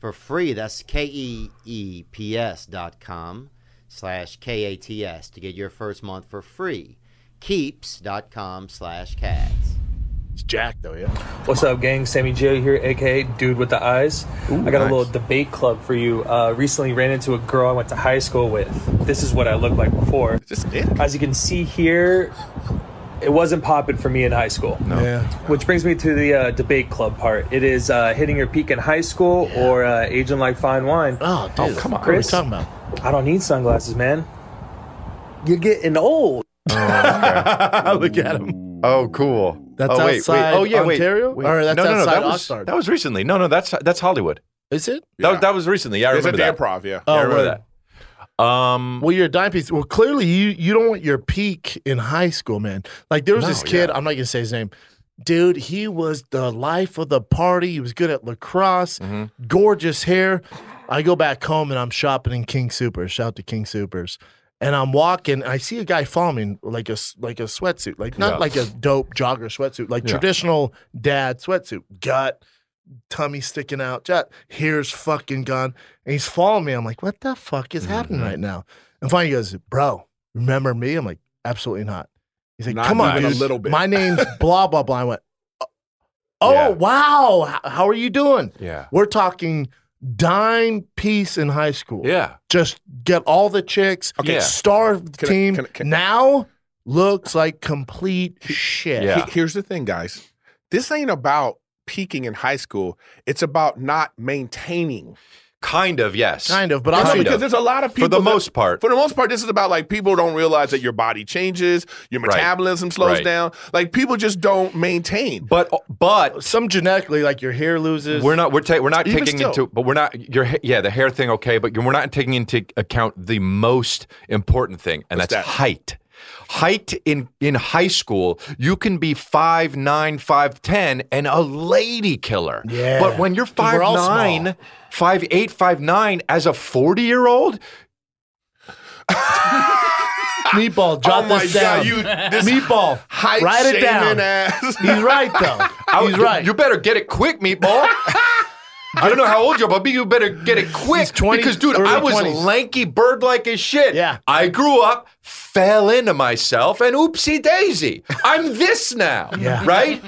for free. That's K E E P S dot com slash K A T S to get your first month for free. Keeps.com slash cats. It's Jack, though, yeah. What's up, gang? Sammy J here, aka Dude with the Eyes. I got a little debate club for you. Uh, recently ran into a girl I went to high school with. This is what I looked like before. Just it. As you can see here, it wasn't popping for me in high school. Yeah. Which brings me to the uh, debate club part. It is uh, hitting your peak in high school or uh, aging like fine wine. Oh, dude. come on. What are we Chris. talking about? I don't need sunglasses, man. You're getting old. Oh, Look at him. Oh, cool. That's oh, outside Wait, wait. Oh, yeah, Ontario? wait. wait. Or that's no, no, no. outside That was, Oxnard. that was recently. No, no, that's that's Hollywood. Is it? That, Yeah. that was recently. Yeah, I It's at remember the that. improv, yeah. Oh, Yeah, I remember word. that. Um, Well, you're a dime piece. Well, clearly you you don't want your peak in high school, man. Like there was this kid, I'm not gonna say his name. Dude, he was the life of the party. He was good at lacrosse, Mm-hmm. gorgeous hair. I go back home and I'm shopping in King Supers. Shout out to King Supers. And I'm walking, I see a guy following me in like a s- like a sweatsuit. Like not Yeah. like a dope jogger sweatsuit, like traditional dad sweatsuit. Gut, tummy sticking out, just hair's fucking gone. And he's following me. I'm like, what the fuck is Mm-hmm. happening right now? And finally he goes, bro, remember me? I'm like, absolutely not. He's like, Not come on, even a dude. little bit." My name's blah, blah, blah. I went, oh, Yeah. wow. H- How are you doing? yeah. We're talking dime piece in high school. Yeah. Just get all the chicks, Okay. Yeah. starve the Can I- team. can I- can- now looks like complete shit. Yeah. He- here's the thing, guys. This ain't about peaking in high school. It's about not maintaining. Kind of, yes. Kind of, but I'm No, not Kind because of. there's a lot of people For the that- most part. For the most part, this is about like people don't realize that your body changes, your Right. metabolism slows Right. down. Like people just don't maintain. But uh, but some genetically, like your hair loses. We're not. We're, ta- we're not Even taking still. into. But we're not. Your ha- yeah, the hair thing. Okay, but we're not taking into account the most important thing, and What's that's that? height. Height in in high school, you can be five nine, five ten, and a lady killer. Yeah. But when you're five We're all small. nine, five eight, five nine, as a forty year old, Meatball, jot oh my this down. god, you this Meatball, height write it shaming down. ass. He's right though. I He's would- right. You better get it quick, meatball. I don't know how old you are, but you better get it quick. 20, because, dude, early I was 20s. lanky bird like as shit. Yeah. I grew up, fell into myself, and oopsie daisy. I'm this now. Yeah. Right?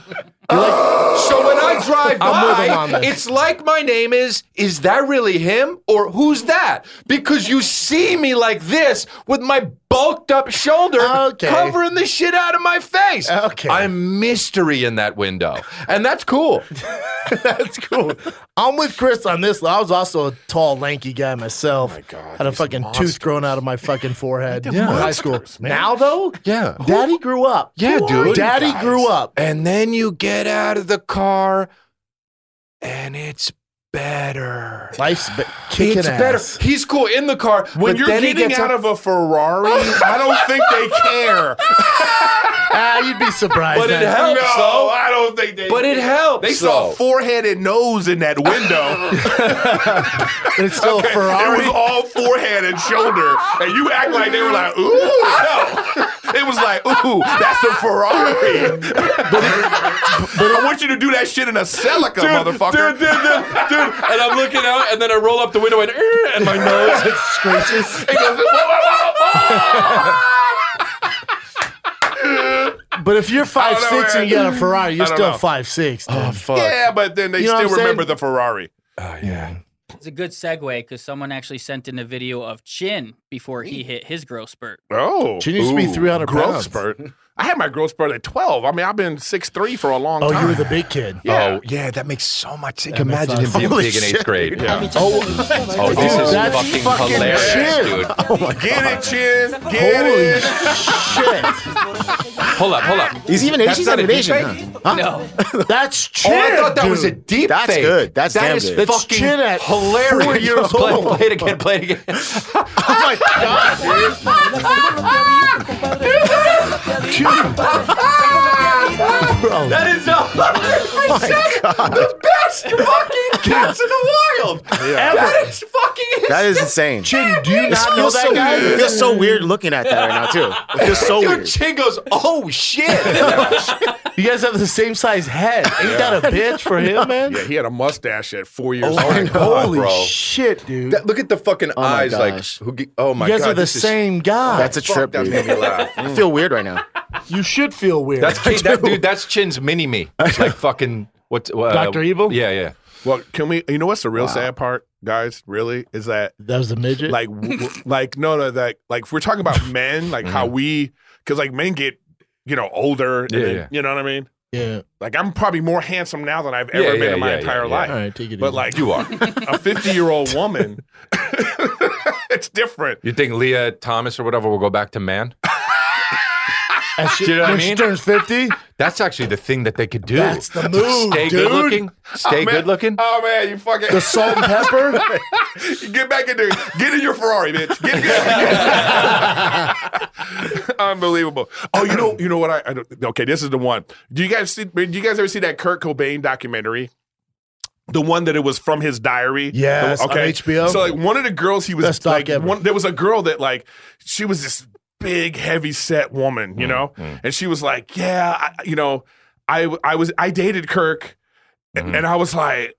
so when I drive I'm with him on by, this. it's like my name is, is that really him? Or who's that? Because you see me like this with my bulked up shoulder Okay. covering the shit out of my face. Okay. I'm mystery in that window. And that's cool. That's cool. I'm with Chris on this. I was also a tall, lanky guy myself. Oh my God, Had a fucking tooth growing out of my fucking forehead in high school. Now though, Yeah. Daddy grew up. Yeah, Who are dude. Daddy grew up. And then you get out of the car and it's better. Life's be- kicking it's ass. better. He's cool in the car. When but you're then he getting gets out on- of a Ferrari, I don't think they care. Ah, you'd be surprised. But it man. helps, no, though. I don't think they. But it helps. They saw though. a four-headed nose in that window. It's still a Ferrari. It was all forehead and shoulder, and you act like they were like, ooh, no. It was like, ooh, that's a Ferrari. but I want you to do that shit in a Celica, motherfucker. Dude, dude, dude, dude. And I'm looking out, and then I roll up the window, and, "Er," and my nose it screeches. He goes, "Whoa, whoa, whoa, whoa." But if you're five know, six and you man. got a Ferrari, I you're don't still know. five six. Oh fuck. Yeah, but then they You know what still I'm saying? remember the Ferrari. yeah. It's a good segue because someone actually sent in a video of Chin before he hit his growth spurt. Oh, She needs to be Ooh, 300 growth pounds. spurt. I had my growth spurt at 12. I mean, I've been six three for a long Oh, time. you were the big kid. Yeah. Oh yeah, that makes so much sense. That makes Imagine him sense. being Holy big in eighth shit. grade. Oh, Oh, this is that's fucking, fucking hilarious, shit. dude. Get it, Chin. Get Holy it. shit. Hold up, hold up. He's even That's she's not not a an deep Asian. fake? huh? Huh? No, That's Oh, chin. I thought that was a dude. deep That's fake. good. That's That damn is good. That's fucking chin at hilarious. four years play, old. play it again. Play it again. Bro. That is a Oh the best fucking cats in the wild. That is fucking That is insane. Chin, do you It not know feels that so, guy? It feels so weird looking at that right now too. It feels so Dude, weird. Chin goes, oh shit. You guys have the same size head. Ain't that a bitch for him, man? Oh, Yeah, he had a mustache at four years old. my God, Holy bro. shit, dude. That- look at the fucking my eyes, like gosh. who? ge- Oh my you guys god, are the this is- same guy. That's a fuck, trip, that dude. made me laugh. I feel weird right now. you should feel weird. That's that, dude. That's Chin's mini me. It's like fucking what? Uh, Dr. Evil? Yeah, yeah. Well, can we? You know what's the real sad part, guys? Really, is that that was a midget. like, w- w- like no, no, like, like if we're talking about men, like how we, because like men get, you know, older. and Mm-hmm. Yeah, then- yeah. You know what I mean? yeah. Like I'm probably more handsome now than I've Yeah, ever been yeah, in my yeah, entire yeah, yeah. life. All right, take it But easy. like You are. a 50 year old woman, it's different. You think Leah Thomas or whatever will go back to man? As she, you know what I when she mean? turns 50, That's actually the thing that they could do. That's the move, Stay dude. good looking. Stay Man- good looking. Oh man, you fucking the salt and pepper. get back in there. Get in your Ferrari, bitch. Get, get- Unbelievable. Oh, you know, you know what I, I don't- okay, this is the one. Do you guys see do you guys ever see that Kurt Cobain documentary? The one that it was from his diary. Yes, The- on HBO. So like one of the girls he was Best doc like ever. one there was a girl that like she was this big heavy set woman, you know? And she was like, "Yeah, I, you know, I I was I dated Kirk Mm-hmm. and I was like,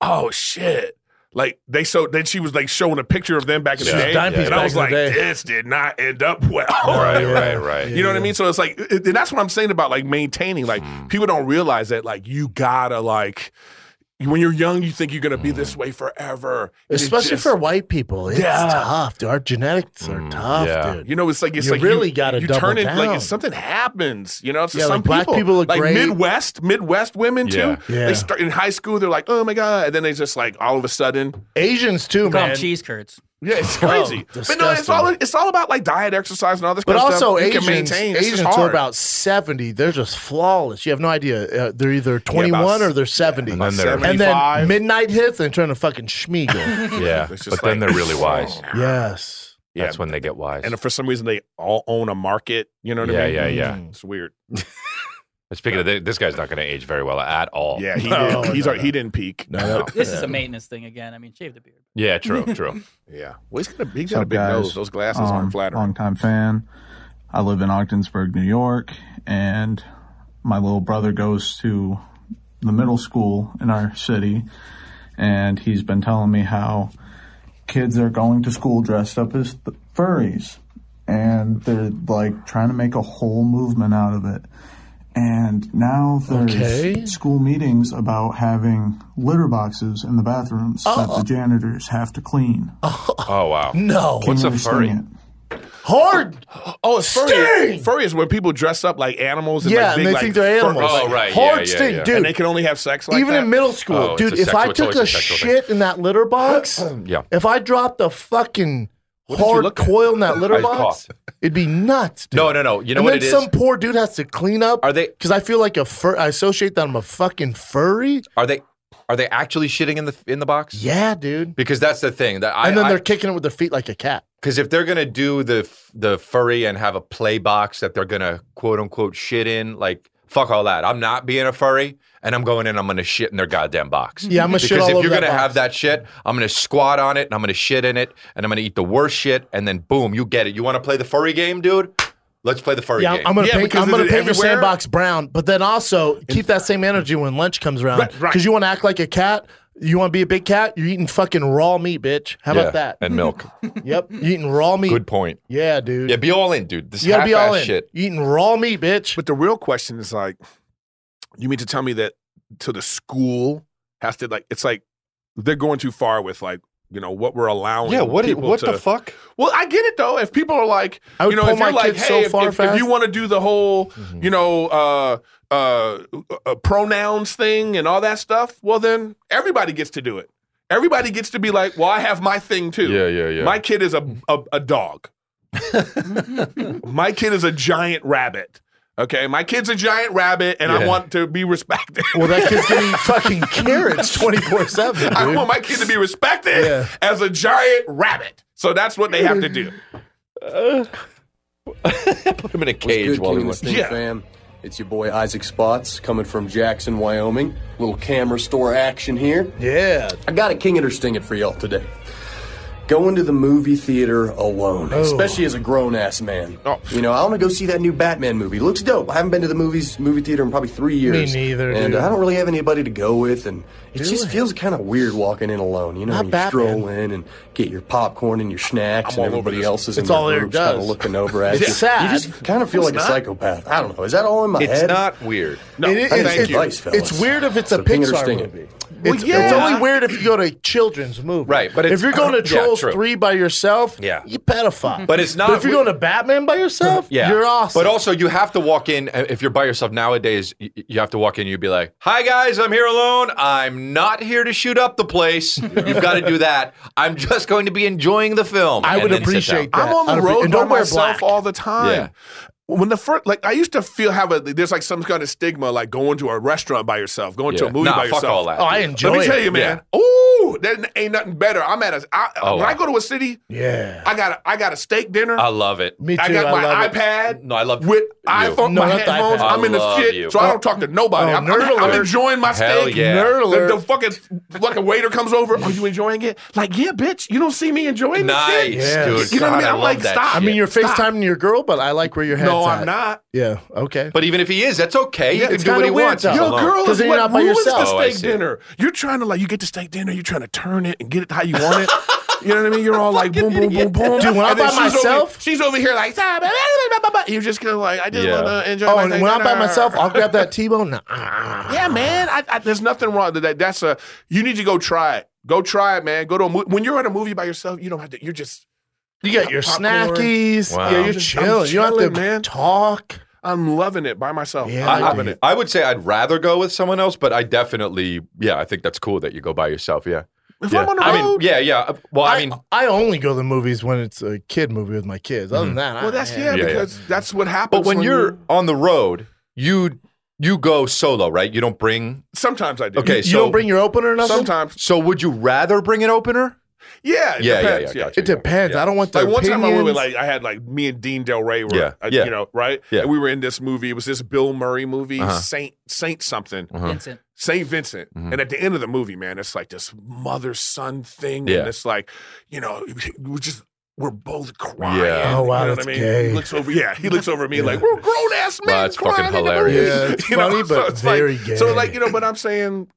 "Oh shit." Like they so then she was like showing a picture of them back in the She was day, dime piece and I back was in the like, day. "This did not end up well." Right, right, right. You know what I mean? So it's like, it- and that's what I'm saying about like maintaining. Like Hmm. people don't realize that like you gotta like when you're young, you think you're gonna be Hmm. this way forever, And it Especially just- for white people. It's Yeah. tough, dude. Our genetics are tough, Mm, yeah. dude. You know, it's like it's You like really gotta you double turn it like down. if something happens. You know, to Yeah, some like, black people, people look like great. Midwest, Midwest women Yeah. too. Yeah. They start in high school, they're like, oh my god, and then they just like all of a sudden, Asians too, call 'em man. Oh, cheese curds. yeah, it's crazy. but no, it's disgusting. all it's all about like diet, exercise, and all this. But kind also, of stuff. You Asians, can maintain. It's Asians just are hard. about 70. They're just flawless. You have no idea. Uh, they're either 21 or they're 70. then they're- and then 75. midnight hits and they turn to fucking Schmiegel. Yeah. It's But just then like- oh. they're really wise. yes. Yeah. That's when they get wise. and if for some reason they all own a market, you know what yeah, I mean? yeah, yeah. Mm, It's weird. Speaking of this, this guy's not going to age very well at all. Yeah, he No, did, he's no, our, he didn't peak. This is a maintenance thing again. I mean, shave the beard. Yeah, true, true. Yeah, well, he's got a he's got a big guys? nose. Those glasses Um, aren't flattering. Longtime fan. I live in Ogdensburg, New York, and my little brother goes to the middle school in our city, and he's been telling me how kids are going to school dressed up as th- furries, and they're like trying to make a whole movement out of it. And now there's Okay. school meetings about having litter boxes in the bathrooms that the janitors have to clean. Oh wow. No. Can What's you a furry? understand it? Hard. Oh, it's furry. Sting! Furry is when people dress up like animals. And Yeah, like, and big, they like, think they're fur- animals. Oh, right, Hard yeah, yeah, sting, yeah. dude. and they can only have sex like Even that. in middle school, Oh, it's dude, a if sexual- I it's took always a a sexual thing. shit in that litter box, Yeah. if I dropped a fucking did you hard look at? coil in that litter I box, coughed. it'd be nuts. Dude. No, no, no. You know and what then it is? some poor dude has to clean up. Are they- Because I feel like a fur. I associate that I'm a fucking furry. Are they? Are they actually shitting in the in the box? Yeah, dude. Because that's the thing that I and then I- they're kicking it with their feet like a cat. Because if they're gonna do the f- the furry and have a play box that they're gonna quote unquote shit in, like fuck all that. I'm not being a furry, and I'm going in. I'm gonna shit in their goddamn box. Yeah, I'm gonna because shit all if over you're that gonna box. have that shit, I'm gonna squat on it and I'm gonna shit in it and I'm gonna eat the worst shit, and then boom, you get it. You want to play the furry game, dude? Let's play the furry Yeah, game. I'm gonna paint, I'm gonna paint your sandbox brown, but then also keep that same energy when lunch comes around. Because you want to act like a cat. You want to be a big cat. You're eating fucking raw meat, bitch. How Yeah, about that? and milk. yep, you're eating raw meat. Good point. Yeah, dude. Yeah, be all in, dude. This you gotta be all in. half-ass shit. Eating raw meat, bitch. But the real question is like, you mean to tell me that to the school has to like it's like they're going too far with like you know what we're allowing. Yeah, what i- people what to- the fuck? Well, I get it though. If people are like, I would you know, pull if you're my like, kids hey, so if- far Mm-hmm. if, if fast. you want to do the whole, you know, uh, uh, uh, pronouns thing and all that stuff, well, then everybody gets to do it. Everybody gets to be like, well, I have my thing too. Yeah, yeah, yeah. My kid is a a, a dog. my kid is a giant rabbit. Okay, my kid's a giant rabbit, and I Yeah. want to be respected. Well, that kid's gonna eat fucking carrots 24 seven. I want my kid to be respected as a giant rabbit. So that's what they have to do. Uh, Put him in a cage while we King of the watch. State fam. It's your boy Isaac Spots coming from Jackson, Wyoming. Little camera store action here. Yeah. I got a king it or sting it for y'all today. Going to the movie theater alone, Oh. especially as a grown ass man. You know, I want to go see that new Batman movie. Looks dope. I haven't been to the movies movie theater in probably three years. neither, And dude. I don't really have anybody to go with, and it Do just it. feels kind of weird walking in alone. You know, Not you Batman. stroll in and get your popcorn and your snacks, I'm all and over everybody this. else is It's in all their there groups kind of does. looking over at It's you. sad. You just kind of feel like It's a not. psychopath. I don't know. Is that all in my It's head? not weird. No, It is- thank it's, you. it's- it's weird if it's a So finger Pixar stinging. movie. It's, it's yeah. only weird if you go to a children's movie. Right, but it's- if you're going to Yeah, Trolls true. 3 by yourself, Yeah. you pedophile. But it's not if you're we- going to Batman by yourself, Yeah. you're awesome. But also, you have to walk in. uh, If you're by yourself nowadays, y- you have to walk in. You'd be like, "Hi guys, I'm here alone. I'm not here to shoot up the place. You've got to do that. I'm just going to be enjoying the film." I and would then sit appreciate down. that. I'm on I'd the appre- road and by don't wear myself black. all the time. Yeah. When the first, like, I used to feel have a there's like some kind of stigma like going to a restaurant by yourself, going to Yeah. a movie Nah, by fuck yourself. all that. Oh, I enjoy Let me tell it. you, man. Ooh, there ain't nothing better. I'm at a I, Oh, when I wow. go to a city. Yeah, I got a, I got a steak dinner. I love it. Me I too, got I my love it. iPad. No, I love with you. iPhone, No, my not the headphones. iPad. I'm in the I love shit, you. so I don't talk to nobody. Oh, I'm, nerd I'm, I'm alert. enjoying my Hell steak. yeah. Nerd The, the alert. fucking fucking waiter comes over. Are you enjoying it? Like, yeah, bitch. You don't see me enjoying this shit. Nice, Yeah. dude. You know what I mean? God, I'm love like, that stop. I mean, shit. you're FaceTiming your girl, but I like where your head's No, I'm at. not. Yeah, okay. But even if he is, that's okay. Yeah, he can it's do what kinda he weird, wants. though. He's Your alone. girl Because is then what you're not by ruins yourself. the Oh, I steak see. dinner. You're trying to like you get the steak dinner. You're trying to turn it and get it how you want it. You know what I mean? You're all like boom, boom, boom, boom. Dude, when I'm And then by she's over- myself- she's over here like "Ah, blah, blah, blah, blah, blah." You're just kind of like I just Yeah. want to enjoy. Oh, my and steak when I'm by dinner. myself, I'll grab that T-bone. Nah. Yeah, man. I, I, there's nothing wrong with that. That's a you need to go try it. Go try it, man. Go to a movie. When you're at a movie by yourself, you don't have to. You're just You got your Popcorn. snackies. Wow. Yeah, you're I'm chilling. You don't have chilling, to man. talk. I'm loving it by myself. Yeah, I'm I loving do. it. I would say I'd rather go with someone else, but I definitely, yeah, I think that's cool that you go by yourself. Yeah. If yeah. I'm on the I mean, road, yeah, yeah. Well, I, I, mean, I only go to the movies when it's a kid movie with my kids. Other than that, I- well, that's yeah, mm-hmm. Yeah, yeah. because that's what happens. but when you're on the road, you you go solo, right? You don't bring. sometimes I do. Okay, You so don't bring your opener or nothing. sometimes. So would you rather bring an opener? Yeah, it Yeah, yeah, depends. yeah, gotcha. It depends. Yeah. I don't want the Like one time I went with opinions. like I had like me and Dean Del Rey were Yeah, uh, yeah. you know right Yeah. and we were in this movie it was this Bill Murray movie Uh-huh. Saint Saint something Uh-huh. Vincent. Saint Vincent Mm-hmm. and at the end of the movie man it's like this mother son thing Yeah. and it's like you know we're just we're both crying Yeah. Oh, wow, you know that's what I mean gay. he looks over yeah he looks over at me like we're grown ass men Wow, it's crying fucking in the movie." hilarious. Yeah, it's You know, funny, so but it's like- very gay. so like you know but I'm saying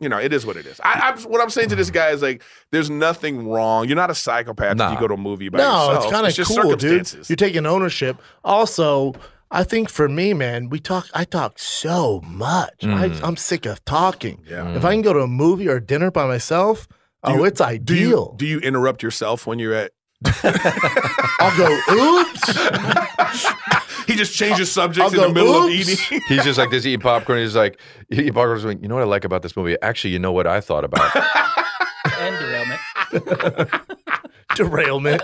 you know, it is what it is. I, I'm, what I'm saying to this Mm-hmm. guy is like, there's nothing wrong. You're not a psychopath Nah. if you go to a movie by no, yourself. it's kind of just cool, dude. circumstances. You're taking ownership. Also, I think for me, man, we talk. I talk so much. I, I'm sick of talking. Mm. Yeah. If I can go to a movie or dinner by myself, oh, you- it's Do you ideal. do you interrupt yourself when you're at? I'll go. Oops. He just changes subjects in I'll the go, middle "Oops." of eating. He's just like this eating popcorn. He's like, he- he popcorn's going, you know what I like about this movie? Actually, you know what I thought about? and derailment. Derailment.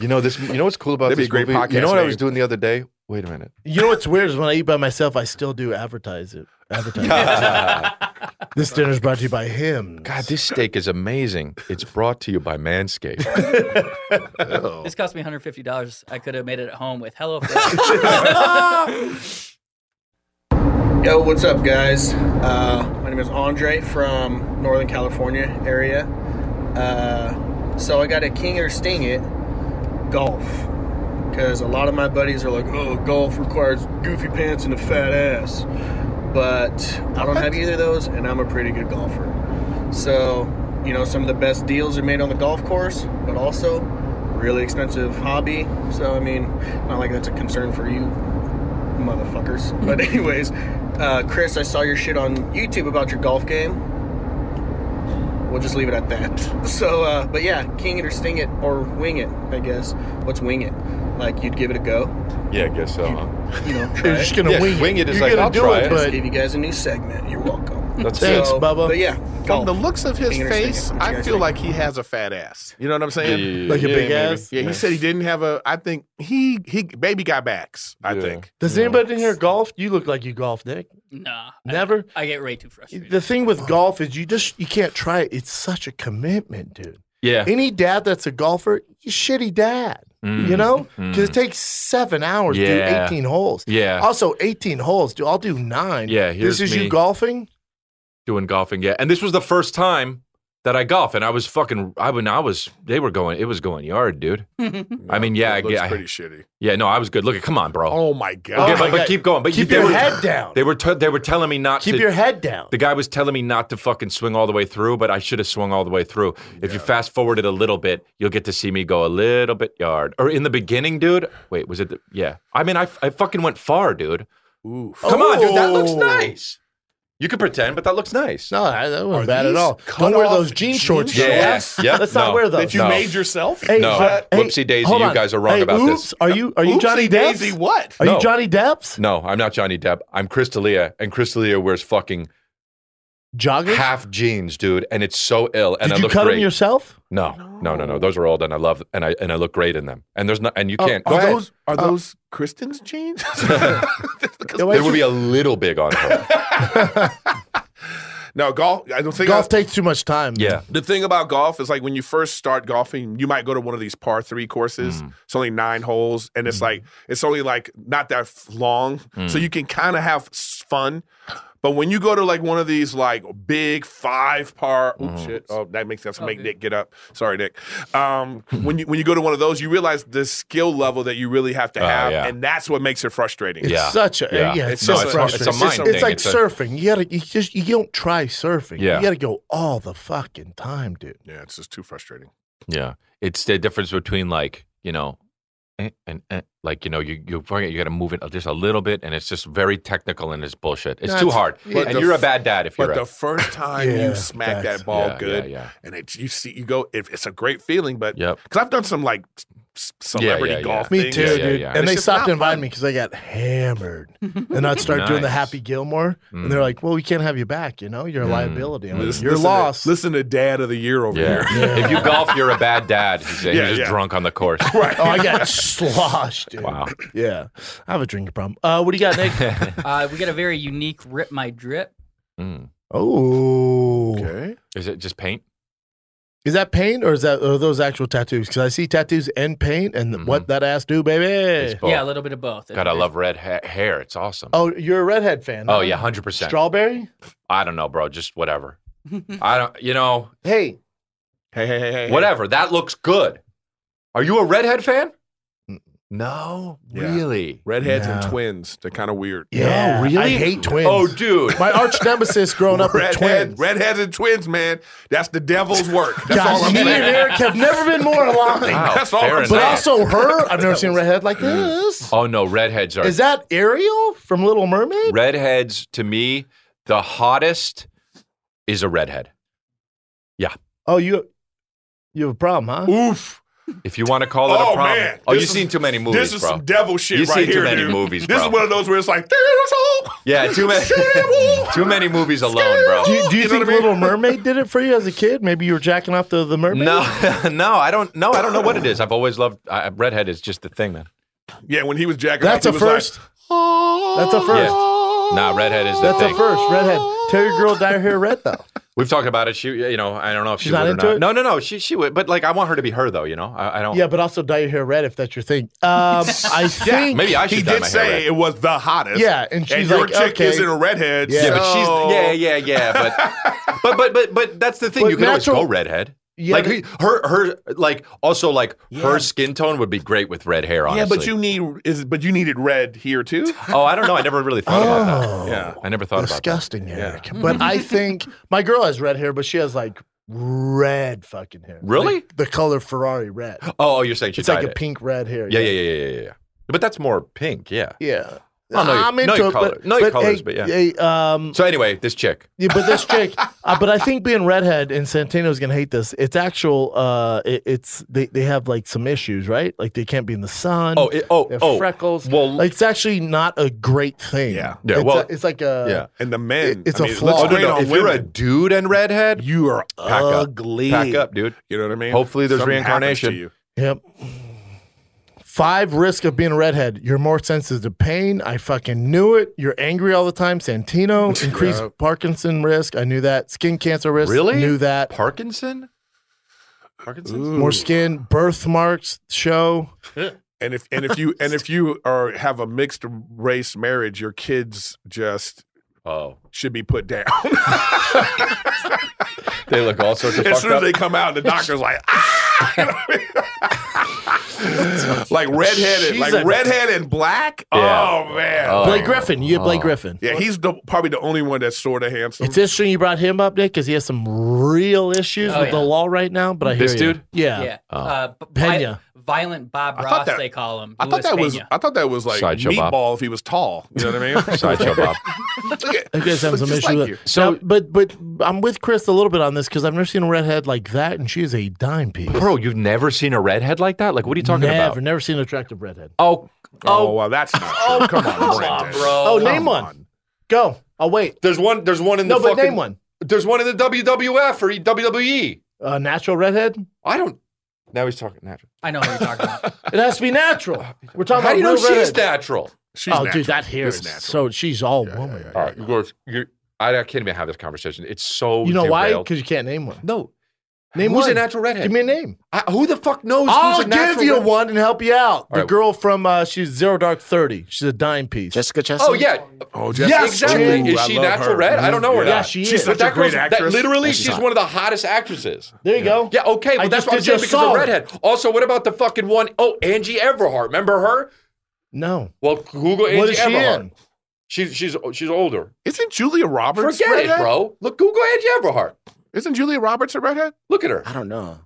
you know this. You know what's cool about That'd be this a great movie? You podcast know what I name. was doing the other day? Wait a minute. You know what's weird is when I eat by myself, I still do advertise it. Advertise. it. This dinner's brought to you by him. God, this steak is amazing. It's brought to you by Manscaped. This cost me $150. I could have made it at home with HelloFresh. Yo, what's up, guys? Uh, my name is Andre from Northern California area. Uh, so I got a king or sting it golf because a lot of my buddies are like, "Oh, golf requires goofy pants and a fat ass," but I don't have either of those, and I'm a pretty good golfer. So, you know, some of the best deals are made on the golf course, but also really expensive hobby. So, I mean, not like that's a concern for you motherfuckers. But anyways, uh, Chris, I saw your shit on YouTube about your golf game. We'll just leave it at that. So, uh, but yeah, king it or sting it or wing it, I guess. What's wing it? Like you'd give it a go. yeah, I guess so. Huh? You know, try You're just gonna Yeah, wing it. wing it is You're like, gonna "I'll do try it, it." but- Just give you guys a new segment. You're welcome. That's Thanks, it. Bubba. But yeah, From golf. the looks of his King it or sting it. face, What you I guys feel think? like he has a fat ass. You know what I'm saying? Yeah, yeah, yeah. Like a big maybe. ass? Yeah, Yeah. he said he didn't have a. I think he he baby got backs. I think. Does anybody in here golf? You look like you golf, Nick. nah. Never. I get way too frustrated. The thing with golf is you just you can't try it. It's such a commitment, dude. Yeah. Any dad that's a golfer, you shitty dad. Mm. You know, because Mm. it takes seven hours Yeah. to do eighteen holes. Yeah. Also, eighteen holes. Dude, I'll do nine. Yeah, here's this is me. you golfing. doing golfing. Yeah, and this was the first time that I golf, and I was fucking. I when I was, they were going. It was going yard, dude. Uh, I mean, yeah, I Looks get. pretty I, shitty. yeah, no, I was good. Look at, come on, bro. Oh my god. Okay, but, but keep going. But Keep they your were- head down. They were t- they were telling me not Keep to. your head down. The guy was telling me not to fucking swing all the way through, but I should have swung all the way through. If you fast forward it a little bit, you'll get to see me go a little bit yard. Or in the beginning, dude. Wait, was it? The, yeah. I mean, I, I fucking went far, dude. Oof. Come on, dude. That looks Oh. nice. You could pretend, but that looks nice. No, that, that wasn't bad at these all. Don't wear those jean shorts. Yeah. though. Yes. Yep. Let's No. not wear those. That you No. made yourself? No. but- Whoopsie daisy, hold you on. guys are wrong Hey, about oops, this. Are you are you Oopsie Johnny Depp? daisy, what? Are No. you Johnny Depps? No, I'm not Johnny Depp. I'm Chris D'Elia, and Chris D'Elia wears fucking joggers, half jeans, dude, and it's so ill. And Did I you look cut great. him yourself? No, no, no, no. Those are old, and I love, and I and I look great in them. And there's not, and you Oh, can't. are go those are those Kristen's jeans? ahead. there would be a little big on her. no golf. I don't think Golf takes too much time. man. The thing about golf is like when you first start golfing, you might go to one of these par three courses. It's only nine holes, and it's like it's only like not that f- long, so Mm. you can kind of have s- fun. But when you go to like one of these like big five par, oops, shit, oh that makes sense. Make Nick get up. Sorry, Nick. Um, when you when you go to one of those, you realize the skill level that you really have to Oh, have, yeah. and that's what makes it frustrating. It's such a yeah. it's, it's, just so a- frustrating. it's a mind it's, thing. like It's a- surfing. You gotta you just you don't try surfing. Yeah. You gotta go all the fucking time, dude. yeah, it's just too frustrating. Yeah, it's the difference between like you know, eh, and eh, like you know, you you fucking- you got to move it just a little bit, and it's just very technical and it's bullshit. It's too That's- hard, yeah. and But you're the a bad dad if you're. But a- the first time Yeah, you smack facts. that ball Yeah, good, yeah, yeah. and it, you see, you go, it, it's a great feeling. But because Yep. I've done some like s- s- celebrity yeah, yeah. golf, Me things, too, dude. And it's they just stopped not inviting me because I got hammered. And I'd start doing the Nice. Happy Gilmore, and they're like, "Well, we can't have you back. You know, you're a Mm. liability. I'm like, Listen- you're listen to- lost." listen to Dad of the Year over yeah. here. if you golf, you're a bad dad. He's saying, Yeah, you're just yeah. drunk on the course. Right. Oh, I got sloshed. Dude. Wow. Yeah, I have a drinking problem. Uh, what do you got, Nick? uh, we got a very unique rip my drip. Mm. oh, Okay. Is it just paint? Is that paint or is that are those actual tattoos? Because I see tattoos and paint, and Mm-hmm. what that ass do, baby. both. Yeah, a little bit of both. God, I love red ha- hair. It's awesome. Oh, you're a redhead fan. Oh huh? yeah, hundred percent. Strawberry. I don't know, bro. Just whatever. I don't. You know, Hey, Hey, hey, hey, hey, hey. whatever. That looks good. Are you a redhead fan? No, really. Redheads and No. twins, they're kind of weird. Yeah, really? I hate twins. Oh, dude. my arch nemesis growing up with Redhead, twins. redheads and twins, man. That's the devil's work. That's God, all I'm me saying. and Eric have never been more aligned. Wow, That's all fair I'm But enough. also her, I've never seen a redhead like this. Oh no, redheads are Is that Ariel from Little Mermaid? redheads to me. The hottest is a redhead. Yeah, Oh, you you have a problem, huh? Oof. if you want to call it Oh, a problem. man. Oh, This you've is- seen too many movies, This is bro. some devil shit You've right seen too here, many dude. movies, This bro. is one of those where it's like, there's hope. yeah, too many, too many movies alone, bro. Do you, do you, You know think what I mean? Little Mermaid did it for you as a kid? Maybe you were jacking off the the mermaid. No, no, I don't. No, I don't know what it is. I've always loved I, redhead. Is just the thing, man. Yeah, when he was jacking That's off, a he was first. like, That's a first. Yeah. Nah, redhead is the That's thing. a first. Redhead. Tell your girl dye her hair red though. We've talked about it. She, you know, I don't know if she She's would not or into not. it? No, no, no. She, she would, but like, I want her to be her though. You know, I, I don't. Yeah, but also dye your hair red if that's your thing. Um, I think maybe I should. He dye did my say hair red. it was the hottest. Yeah, and she's your like, chick okay. isn't a redhead. Yeah, but she's so- yeah, yeah, yeah. But but but but but that's the thing. But you can natural- always go redhead. Yeah, like her her like also like her skin tone would be great with red hair. Honestly. Yeah, but you need is but you needed red here too. Oh, I don't know. I never really thought about Oh. that. Yeah, I never thought disgusting, about that. Eric. But I think my girl has red hair, but she has like red fucking hair. Really? Like, the color Ferrari red. Yeah. Oh, oh, you're saying she it's like dyed a it. pink red hair. Yeah, yeah, yeah, yeah, yeah, yeah. But that's more pink. Yeah. Yeah. Oh, no, you- I'm no, into you it, color- but, no, you colors, hey, but yeah. hey, um, So anyway, this chick. yeah, but this chick, uh, but I think being redhead and Santino's gonna hate this. It's actual. Uh, it, it's they, they have like some issues, right? Like they can't be in the sun. Oh, it, oh, they have oh. freckles. Well, like it's actually not a great thing. Yeah, Yeah, It's well, a- it's like a And the men. It- it's a a flaw. Oh, no, no, If you're a dude and redhead, you are pack ugly. Up. Pack up, dude. You know what I mean? Hopefully, there's Something happens reincarnation. to you. Yep. Five risk of being a redhead. You're more sensitive to pain. I fucking knew it. You're angry all the time. Santino. Increased Yep. Parkinson risk. I knew that. Skin cancer risk. Really? Knew that. Parkinson? Parkinson's? More skin. Birthmarks show. And if and if you and if you are have a mixed race marriage, your kids just oh should be put down. They look all sorts of as fucked soon as up. they come out, the doctor's like, ah! You know what I mean? like redheaded, She's like a- redhead and black. Yeah. Oh man, Blake Griffin. You Oh. had Blake Griffin. Yeah, he's the, probably the only one that's sort of handsome. It's interesting you brought him up, Nick, because he has some real issues Oh, with the yeah. law right now. But I hear This you. dude? Oh. Yeah. Yeah. Uh, b- vi- Pena. Violent Bob Oh. I thought Ross, that- they call him. I thought Luis that was uh, Pena. I thought that was like Sideshow meatball Bob. if he was tall. You know what I mean? Sideshow Bob. I guess I'm some issues Just like with you. it. So, but but I'm with Chris a little bit on this because I've never seen a redhead like that, and she is a dime piece. Bro, you've never seen a redhead like that? Like, what are you talking never, about? never seen an attractive redhead. Oh, oh, well, that's not true. Come on, Brandon. Oh, name one. Go. I'll wait. There's one. There's one in the No, but fucking- name one. Uh, There's one in the WWF or WWE. A natural redhead. I don't. Now he's talking natural. I know what you're talking about. It has to be natural. We're talking How about do you know real she's redhead. natural? oh, dude, that hair is so. She's all woman. All right, you guys, you- I, I can't even have this conversation. It's so You know why? derailed. Because you can't name one. No. Name Who's one. a natural redhead? Give me a name. I- who the fuck knows? I'll who's a give natural you redhead? one and help you out. The right. girl from uh, she's Zero Dark Thirty. She's a dime piece. Jessica Chastain. Oh yeah. Oh, Jessica yes, Chastain. exactly. Ooh, is I she love natural her. red? I don't know her. Yeah, she is. She's such a great actress. literally, Yeah, she's she's hot. one of the hottest actresses. There you go. Yeah. Okay, I but that's just what I'm did saying just because saw of her. redhead. Also, what about the fucking one oh Angie Everhart? Remember her? No. Well, Google Angie What is she Everhart. in? She's she's she's older. Isn't Julia Roberts? Forget redhead? it, bro. Look, Google Angie Everhart. Isn't Julia Roberts a redhead? Look at her. I don't know.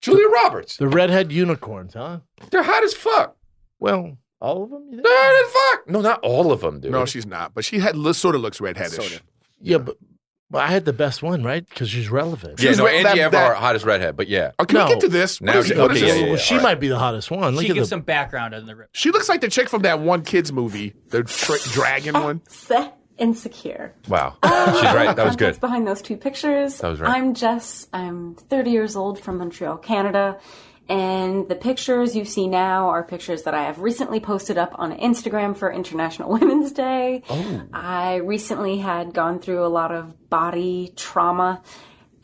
Julia Roberts. The redhead unicorns, huh? They're hot as fuck. Well, all of them. You think? Hot as fuck. No, not all of them, dude. No, she's not. But she had sort of looks redheadish. Yeah, but, but I had the best one, right? Because she's relevant. yeah, She's no, re- Angie that- Everhart, that- hottest redhead. But yeah, Oh, can No. we get to this? What Now is it- she- what okay, is yeah, this? yeah, yeah. Well, she might be the hottest one. Look she at the gives some background on the rip. She looks like the chick from that one kids movie, the tra- dragon one. Seh insecure. wow, she's right. That was good. Context behind those two pictures. That was right. I'm Jess. I'm 30 years old from Montreal, Canada. And the pictures you see now are pictures that I have recently posted up on Instagram for International Women's Day. Oh. I recently had gone through a lot of body trauma,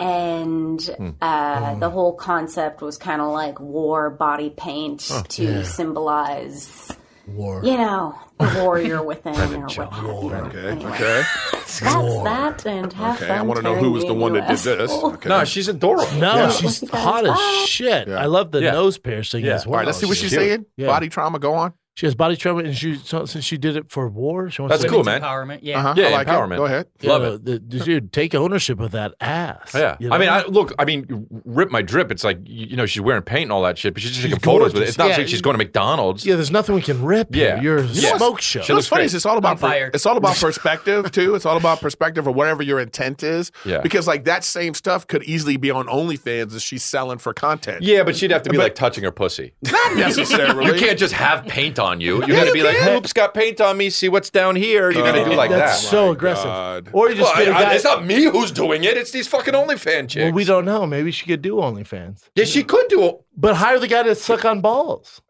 and Hmm. uh, the whole concept was kind of like wore body paint to yeah. symbolize, war. you know, the warrior within or what have you. Okay, okay. That's that, and have Okay, I fun. wanna know who tearing was me the a one new that did this. asshole. Okay. No, she's adorable. No, Yeah. she's hot as shit. I love the Yeah. nose piercing Yeah. as All well. right, let's see what she's cute. saying. Yeah. Body trauma, go on. She has body trauma, and she so, since she did it for war, she wants That's to cool, man. Empowerment. Yeah. Uh-huh. Yeah, I like it. empowerment. Go ahead. You Love Oh, know, the- dude, take ownership of that ass. Yeah, you I mean, know? I, look, I mean, rip my drip. It's like you you know she's wearing paint and all that shit, but she's just taking photos with it. gorgeous. It's not Yeah. like she's going to McDonald's. yeah. There's nothing we can rip. Yeah. Yeah, you're a You know what's- smoke show. She What's looks funny great. is it's all about I'm per- fired. it's all about perspective too. It's all about perspective or whatever your intent is. Yeah. Because like that same stuff could easily be on OnlyFans if she's selling for content. Yeah, but she'd have to be like touching her pussy. Not necessarily. You can't just have paint on you. You Yeah, got to you be like, can. hey, oops, got paint on me. See what's down here. You got to do like Uh, That's that. so aggressive. God. Or you just Well, get a I- I- guy. it's not me who's doing it. It's these fucking OnlyFans chicks. well, we don't know. Maybe she could do OnlyFans, yeah, she could do it. but hire the guy to suck on balls.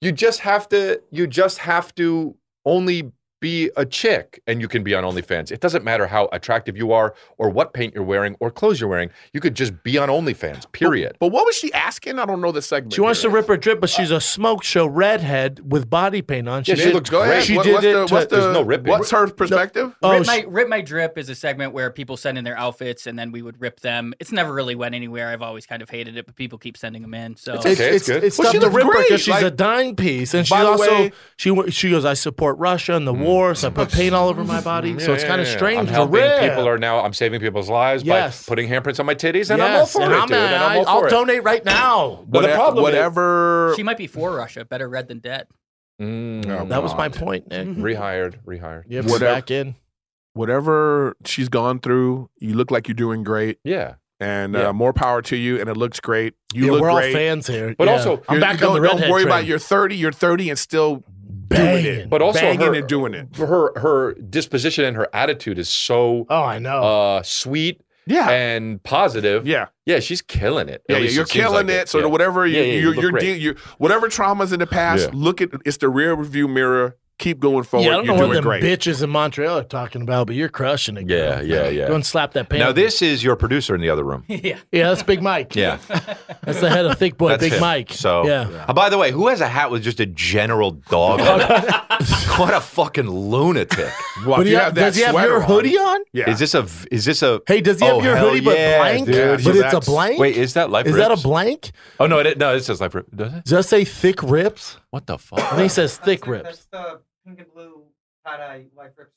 You just have to. You just have to only be a chick and you can be on OnlyFans. It doesn't matter how attractive you are or what paint you're wearing or clothes you're wearing. You could just be on OnlyFans, period. But what was she asking? I don't know the segment. She wants to rip her drip, but she's a smoke show redhead with body paint on. Yeah, she did- looks great. She What- did what's it. the- to- what's the- There's no ripping. what's her perspective? Oh, rip, sh- my, rip my drip is a segment where people send in their outfits and then we would rip them. It's never really went anywhere. I've always kind of hated it, but people keep sending them in. So It's, it's, it's tough to rip her because she's a dime piece, and she By the also way- she wa- she goes, "I support Russia Mm. and the war, so I put paint all over my body." so it's kind of I'm strange to helping rip. people are now. I'm saving people's lives Yes. by putting handprints on my titties, and I'm all Yes, for and it, I'm dude. a- and I'm all I'll for it. donate right now. But the problem is- she might be for Russia, better red than dead. Oh, Mm-hmm. Mm, That was my God. point, Nick. Mm-hmm. Rehired, rehired. Yep, she's back in. Whatever she's gone through, you look like you're doing great. Yeah. And Yeah. uh, more power to you, and it looks great. You Yeah, look we're all great. fans here. But Yeah. also- I'm You're- back on don't, the don't redhead worry about train. you're 30. You're 30 and still banging, doing it. But also banging her, and doing it. Her her disposition and her attitude is so oh I know uh, sweet yeah and positive yeah yeah she's killing it. At Yeah, yeah least you're seems killing like it. So Yeah. whatever you, Yeah, yeah, you're, look you're, great. de- you whatever traumas in the past, Yeah. look at it's the rear view mirror. Keep going forward. yeah, I don't know you're what doing them great. bitches in Montreal are talking about, but you're crushing it. Yeah, girl. yeah, yeah. Go and slap that paint. Now this is your producer in the other room. yeah, yeah, that's Big Mike. Yeah. that's the head of Thick Boy, That's Big him. Mike. So, yeah, Uh, by the way, who has a hat with just a general dog? on it? what a fucking lunatic! Wow, But if he you ha- have that does he have sweater your on- hoodie on? Yeah. Is this a? v- Is this a? Hey, does he have oh, your hell hoodie but yeah, blank? dude. But Yeah, it's a that's- blank? Wait, is that life? Is that a Rips? blank? Oh no, it, no, it says life. Rip. Does it? Does that say thick rips? What the fuck? I think it says thick rips.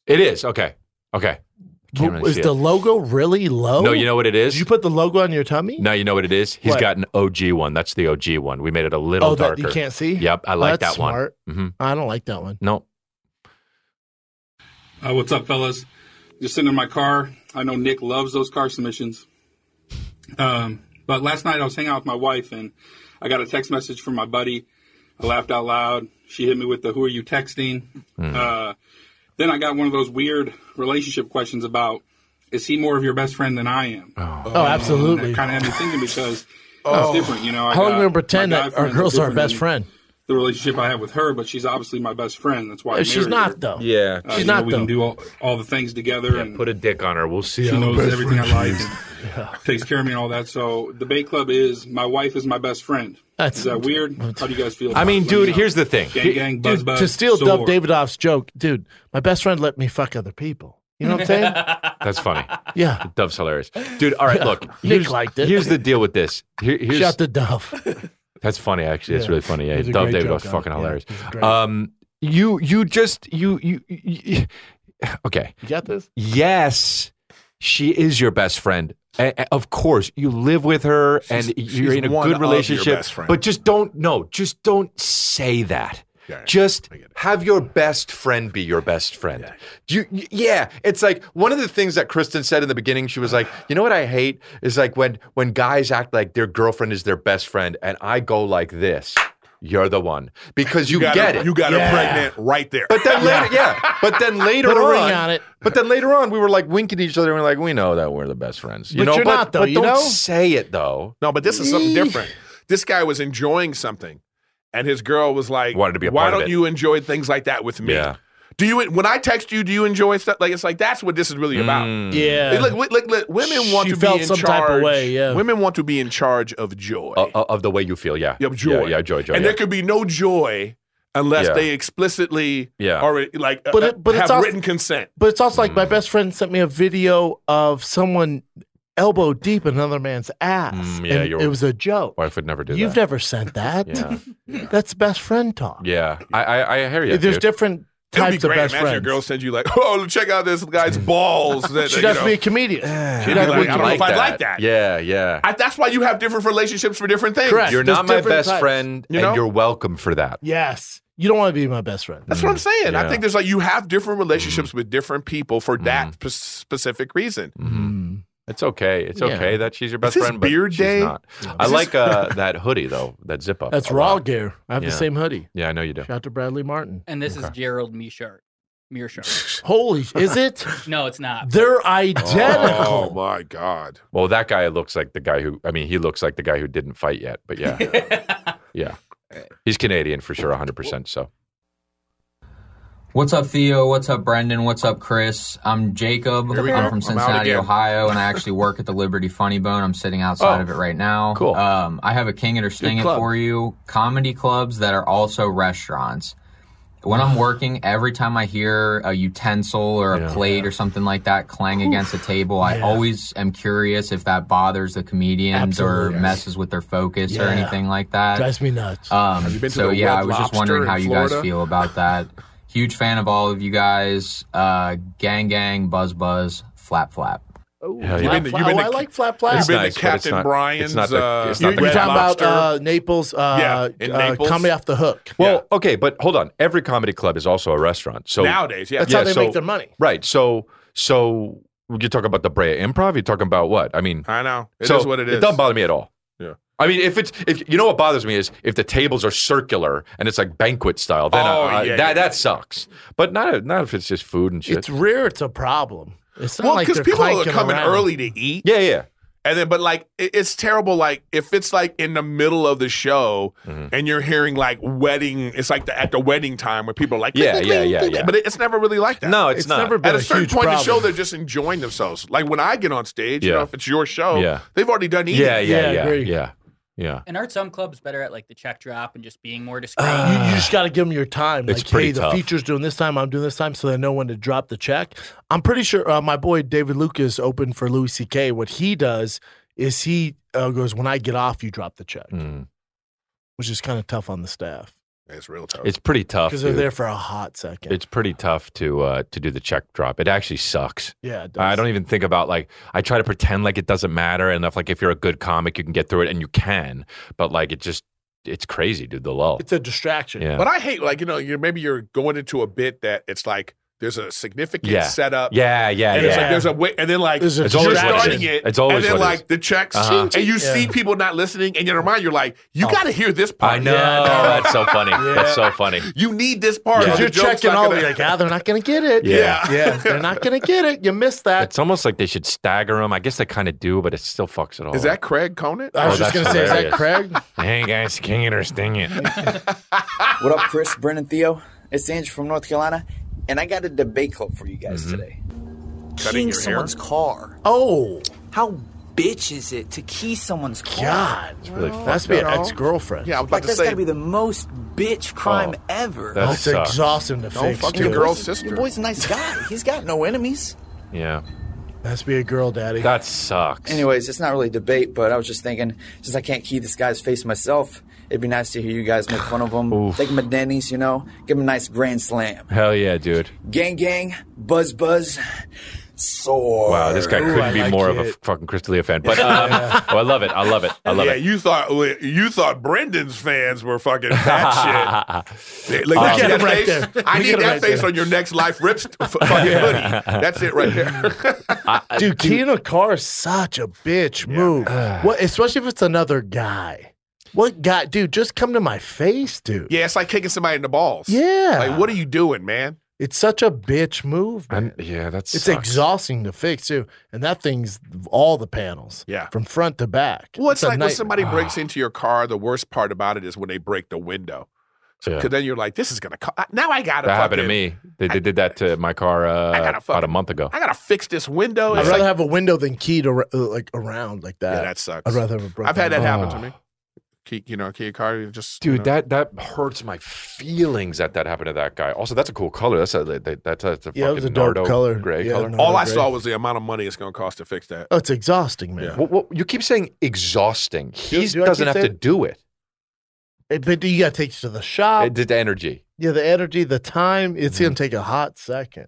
It is okay. Okay. I can't really Is see it. the logo really low? No, you know what it is? Did you put the logo on your tummy? No, you know what it is? He's What? got an OG one. That's the OG one. We made it a little oh, that darker. you can't see. Yep, I Oh, like that's that one. Mm-hmm. smart. I don't like that one. No. Uh, what's up, fellas? Just sitting in my car. I know Nick loves those car submissions. Um, but last night I was hanging out with my wife and I got a text message from my buddy. I laughed out loud. She hit me with the "Who are you texting?" Uh, then I got one of those weird relationship questions about is he more of your best friend than I am? Oh, absolutely. Kind of had me thinking because Oh. it's different, you know. I How are we got- going to pretend my guy that our friends girl's our different best than friend? The relationship I have with her, but she's obviously my best friend. That's why I She's married her. not though. Yeah, Uh, she's you know, not we though. can do all, all the things together, and Put a dick on her. We'll see. she how knows best everything I friend like, is. and takes care of me, and all that. So the Bay Club is my wife is my best friend. That's- is that weird? How do you guys feel? I about mean, it? Let me dude, know. here's the thing. gang, gang, buzz, Dude, buzz. to steal so Dub what? Davidoff's joke, dude, my best friend let me fuck other people. You know what I'm saying? That's funny. Yeah. Dove's hilarious. Dude, all right, Yeah. look. Nick Here's, liked it. Here's the deal with this. Here- here's, Shout to Dove. That's funny, actually. That's Yeah. really funny. Yeah, It's a Dove great David was joke on it. fucking Yeah, hilarious. it's great. Um, you, you just, you, you, you, okay. You got this? Yes, she is your best friend. A- a- of course, you live with her, and She's- you're she's in a one of good your relationship. best friends. But just don't, no, just don't say that. Just have your best friend be your best friend. You, y- yeah, it's like one of the things that Kristen said in the beginning. She was like, "You know what I hate is like when when guys act like their girlfriend is their best friend, and I go like this." You're the one because you, You got her- get it. you got her Yeah. pregnant right there. But then later, yeah. But then later Put a on, ring on it. But then later on, we were like winking at each other and we're like, we know that we're the best friends. You But know, you're not, though, But you don't know? say it though. No, but this is something Eee. different. This guy was enjoying something, and his girl was like, Wanted to be a "Why part of don't it." you enjoy things like that with me?" Yeah. Do you when I text you? Do you enjoy stuff like it's like that's what this is really about? Mm. Yeah. like, like, like, like, women want She to felt be in some type charge. of way, yeah. women want to be in charge of joy. O- o- of the way you feel, yeah. Yeah, joy. Yeah, yeah joy, joy. and yeah. there could be no joy unless Yeah. they explicitly Yeah. are like But uh, it- but it's have also- written consent. But it's also Mm. like my best friend sent me a video of someone elbow deep in another man's ass. Mm, yeah, and your it was a joke. wife would never do You've that. never sent that. Yeah. That's best friend talk. yeah. I, I, I hear you. There's dude. different It would be types of great. best Imagine your friends. girl sends you like, "Oh, check out this guy's balls." That, She'd you have to know. be a comedian. She'd She'd be have to like, I don't know if I'd that. like that. Yeah, yeah. I, that's why you have different relationships for different things. You're not my best friend, You know? and you're welcome for that. Yes. You don't want to be my best friend. that's what I'm saying. Mm, Mm-hmm. Yeah. Mm-hmm. I think there's like you have different relationships with different people for that p- specific reason. Mm-hmm. Mm-hmm. It's okay. It's Yeah. okay that she's your Is best this friend, but beard she's day? not. Yeah. I Is this- like uh, that hoodie though. That zip up. That's a raw lot. gear. I have the Yeah. same hoodie. Yeah, I know you do. Shout out to Bradley Martin. And this is Okay. Gerald Mearshart. Mearshart. Holy, is it? no, it's not. They're identical. Oh my god. Well, that guy looks like the guy who. I mean, he looks like the guy who didn't fight yet. But yeah, yeah, he's Canadian for sure, hundred percent. So What's up, Theo? What's up, Brendan? What's up, Chris? I'm Jacob. Here we go. I'm from I'm out Cincinnati, again. Ohio, and I actually work at the Liberty Funny Bone. I'm sitting outside Oh, of it right now. Cool. Um, I have a King It or Sting It club. for you. Comedy clubs that are also restaurants. When I'm working, every time I hear a utensil or a plate or something like that clang against a table, I Yeah. always am curious if that bothers the comedians or Absolutely. messes with their focus or Yeah. anything like that. Drives me nuts. Um, Have you been to so the yeah, Red I was just Lobster wondering in how you guys Florida? feel about that. Huge fan of all of you guys. Uh, gang, gang, buzz, buzz, flap, flap. Hell yeah. Flap, flap. Oh, I like flap flap. It's You've been to nice, but it's Captain not- Brian's, it's not the- uh, it's not you're, the you're Red talking Lobster. about uh, Naples. Uh, Yeah, in uh, Naples. Comedy off the hook. Well, okay, but hold on. Every comedy club is also a restaurant. So Nowadays, yeah. That's how they make their money. Right. So so you talk about the Brea Improv. You're talking about what? I mean, I know It is so what it It is. doesn't bother me at all. Yeah. I mean, if it's if you know what bothers me is if the tables are circular and it's like banquet style, then Oh, I- I- yeah, that yeah, that sucks. But not not if it's just food and shit. It's rare. It's a problem. It's not Well, like because they're people are clanking coming around. early to eat. Yeah, yeah. And then, but like, it- it's terrible. Like, if it's like in the middle of the show Mm-hmm. and you're hearing like wedding, it's like the, at the wedding time where people are like, Yeah, yeah, yeah, yeah. But it- it's never really like that. No, it's It's not. never been at a a certain huge point in the show, problem. they're just enjoying themselves. Like when I get on stage, you Yeah. know, if it's your show, Yeah. they've already done eating. yeah, yeah, yeah, yeah, yeah. And aren't some clubs better at like the check drop and just being Uh, more discreet? you, you just got to give them your time. It's Like, pretty hey, the tough. feature's doing this time, I'm doing this time, so they know when to drop the check. I'm pretty sure uh, my boy David Lucas opened for Louis C.K. What he does is he uh, goes, when I get off, you drop the check, Hmm. which is kind of tough on the staff. It's real tough. It's pretty tough because they're dude. there for a hot second. It's pretty tough to uh, to do the check drop. It actually sucks. Yeah, it I don't even think about like I try to pretend like it doesn't matter enough. Like if you're a good comic, you can get through it, and you can. But like it just it's crazy, dude. The lull. It's a distraction. Yeah. But I hate like you know you maybe you're going into a bit that it's like there's a significant Yeah. setup. Yeah, yeah, and It's yeah. like there's a way, and then like There's a you're It's always what it starting is. it. It's always and then what it like is. the checks, Uh-huh. and you Yeah. see people not listening, and in your mind you're like, you got to hear this part. I know that's so funny. That's so funny. You need this part. Yeah. The You're joke's checking not all gonna- the like, ah, they're not going to get it. Yeah. yeah, they're not going to get it. You missed that. It's almost like they should stagger them. I guess they kind of do, but it still fucks it all. Oh, Is that Craig Conant? I was just gonna say, is that Craig? hey guys, king it or sting it. What up, Chris, Brennan, Theo? It's Andrew from North Carolina, and I got a debate club for you guys Mm-hmm. today. Cutting Keying your hair? someone's car. Oh, how bitch is it to key someone's car? God, that's really Well, fucked that's up. be an ex-girlfriend. Yeah, I was about like to that's say- Oh, gotta be the most bitch crime ever. that That's sucks. exhausting to Don't fix, fuck too. your girl's boy's- sister. Your boy's a nice guy. He's got no enemies. Yeah. That's be a girl, daddy. That sucks. Anyways, it's not really a debate, but I was just thinking, since I can't key this guy's face myself, it'd be nice to hear you guys make fun of him. Take him to Denny's, you know, give him a nice grand slam. Hell yeah, dude. Gang, gang, buzz, buzz, sword. Wow, this guy couldn't be more of a fucking Crystalia fan. But um, oh, I love it. I love it. I love yeah, it. you thought you thought Brendan's fans were fucking that shit. Look, Um, look We at get that him right face. there. I We need get him that right face there. on your next life rips fucking hoodie. That's it right there. dude, keying a car is such a bitch move. what, especially if it's another guy. What guy, dude? Just come to my face, dude. Yeah, it's like kicking somebody in the balls. Yeah. Like, what are you doing, man? It's such a bitch move, man. yeah, that's it's exhausting to fix too, and that thing's all the panels. Yeah, from front to back. Well, it's, a like when nightmare. somebody breaks into your car, the worst part about it is when they break the window. Yeah. Because then you're like, this is going to come. Now I got to That happened to me. They, they did that to my car uh, about a month ago. I got to fix this window. Oh, I'd It's rather like- have a window than keyed ar- uh, like around like that. yeah, that sucks. I'd rather have a broken. I've had that happen to Ah. Oh. me. Key, you know, key your car, you just. you Dude, know. that that hurts my feelings that that happened to that guy. Also, that's a cool color. That's a that, that, that's a Yeah, it fucking was a dope Nardo color. gray Yeah, color. Nardo All I saw was the amount of money it's going to cost to fix that. Oh, it's exhausting, man. Well, well, you keep saying exhausting. He do I keep doesn't have to saying- do it. Eh, But you got to take it to the shop. It did the energy. yeah, the energy, the time. It's gonna take a hot second.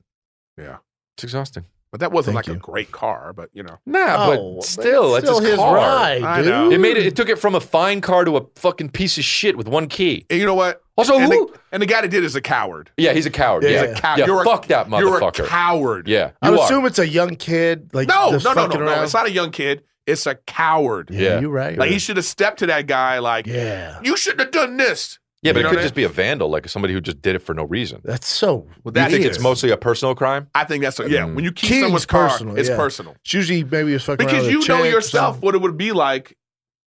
Yeah. Mm-hmm. It's exhausting. But that wasn't Thank like a you. great car, but you know. Nah, No, but still, but it's his, still his car. ride, I know. dude. It made it. It took it from a fine car to a fucking piece of shit with one key. And you know what? Also, and who? The, and the guy that did it is a coward. yeah, he's a coward. Yeah, Yeah, he's a cow- Yeah, Oh, you're a- fuck that you're a motherfucker. coward. Yeah, I you would are. assume it's a young kid. Like no, just no, no, no, fucking no. around. It's not a young kid. It's a coward. Yeah, Yeah. you're right. Like he should have stepped to that guy. Like, yeah, you shouldn't have done this. Yeah, but You know it what could I just be a vandal, like somebody who just did it for no reason. That's so. that Well, that think is- it's mostly a personal crime. I think that's a, yeah. Mm. When you keep Keying's someone's car, it's yeah. personal It's usually maybe it's fucking around because with you a know chick or yourself something. what it would be like Hmm.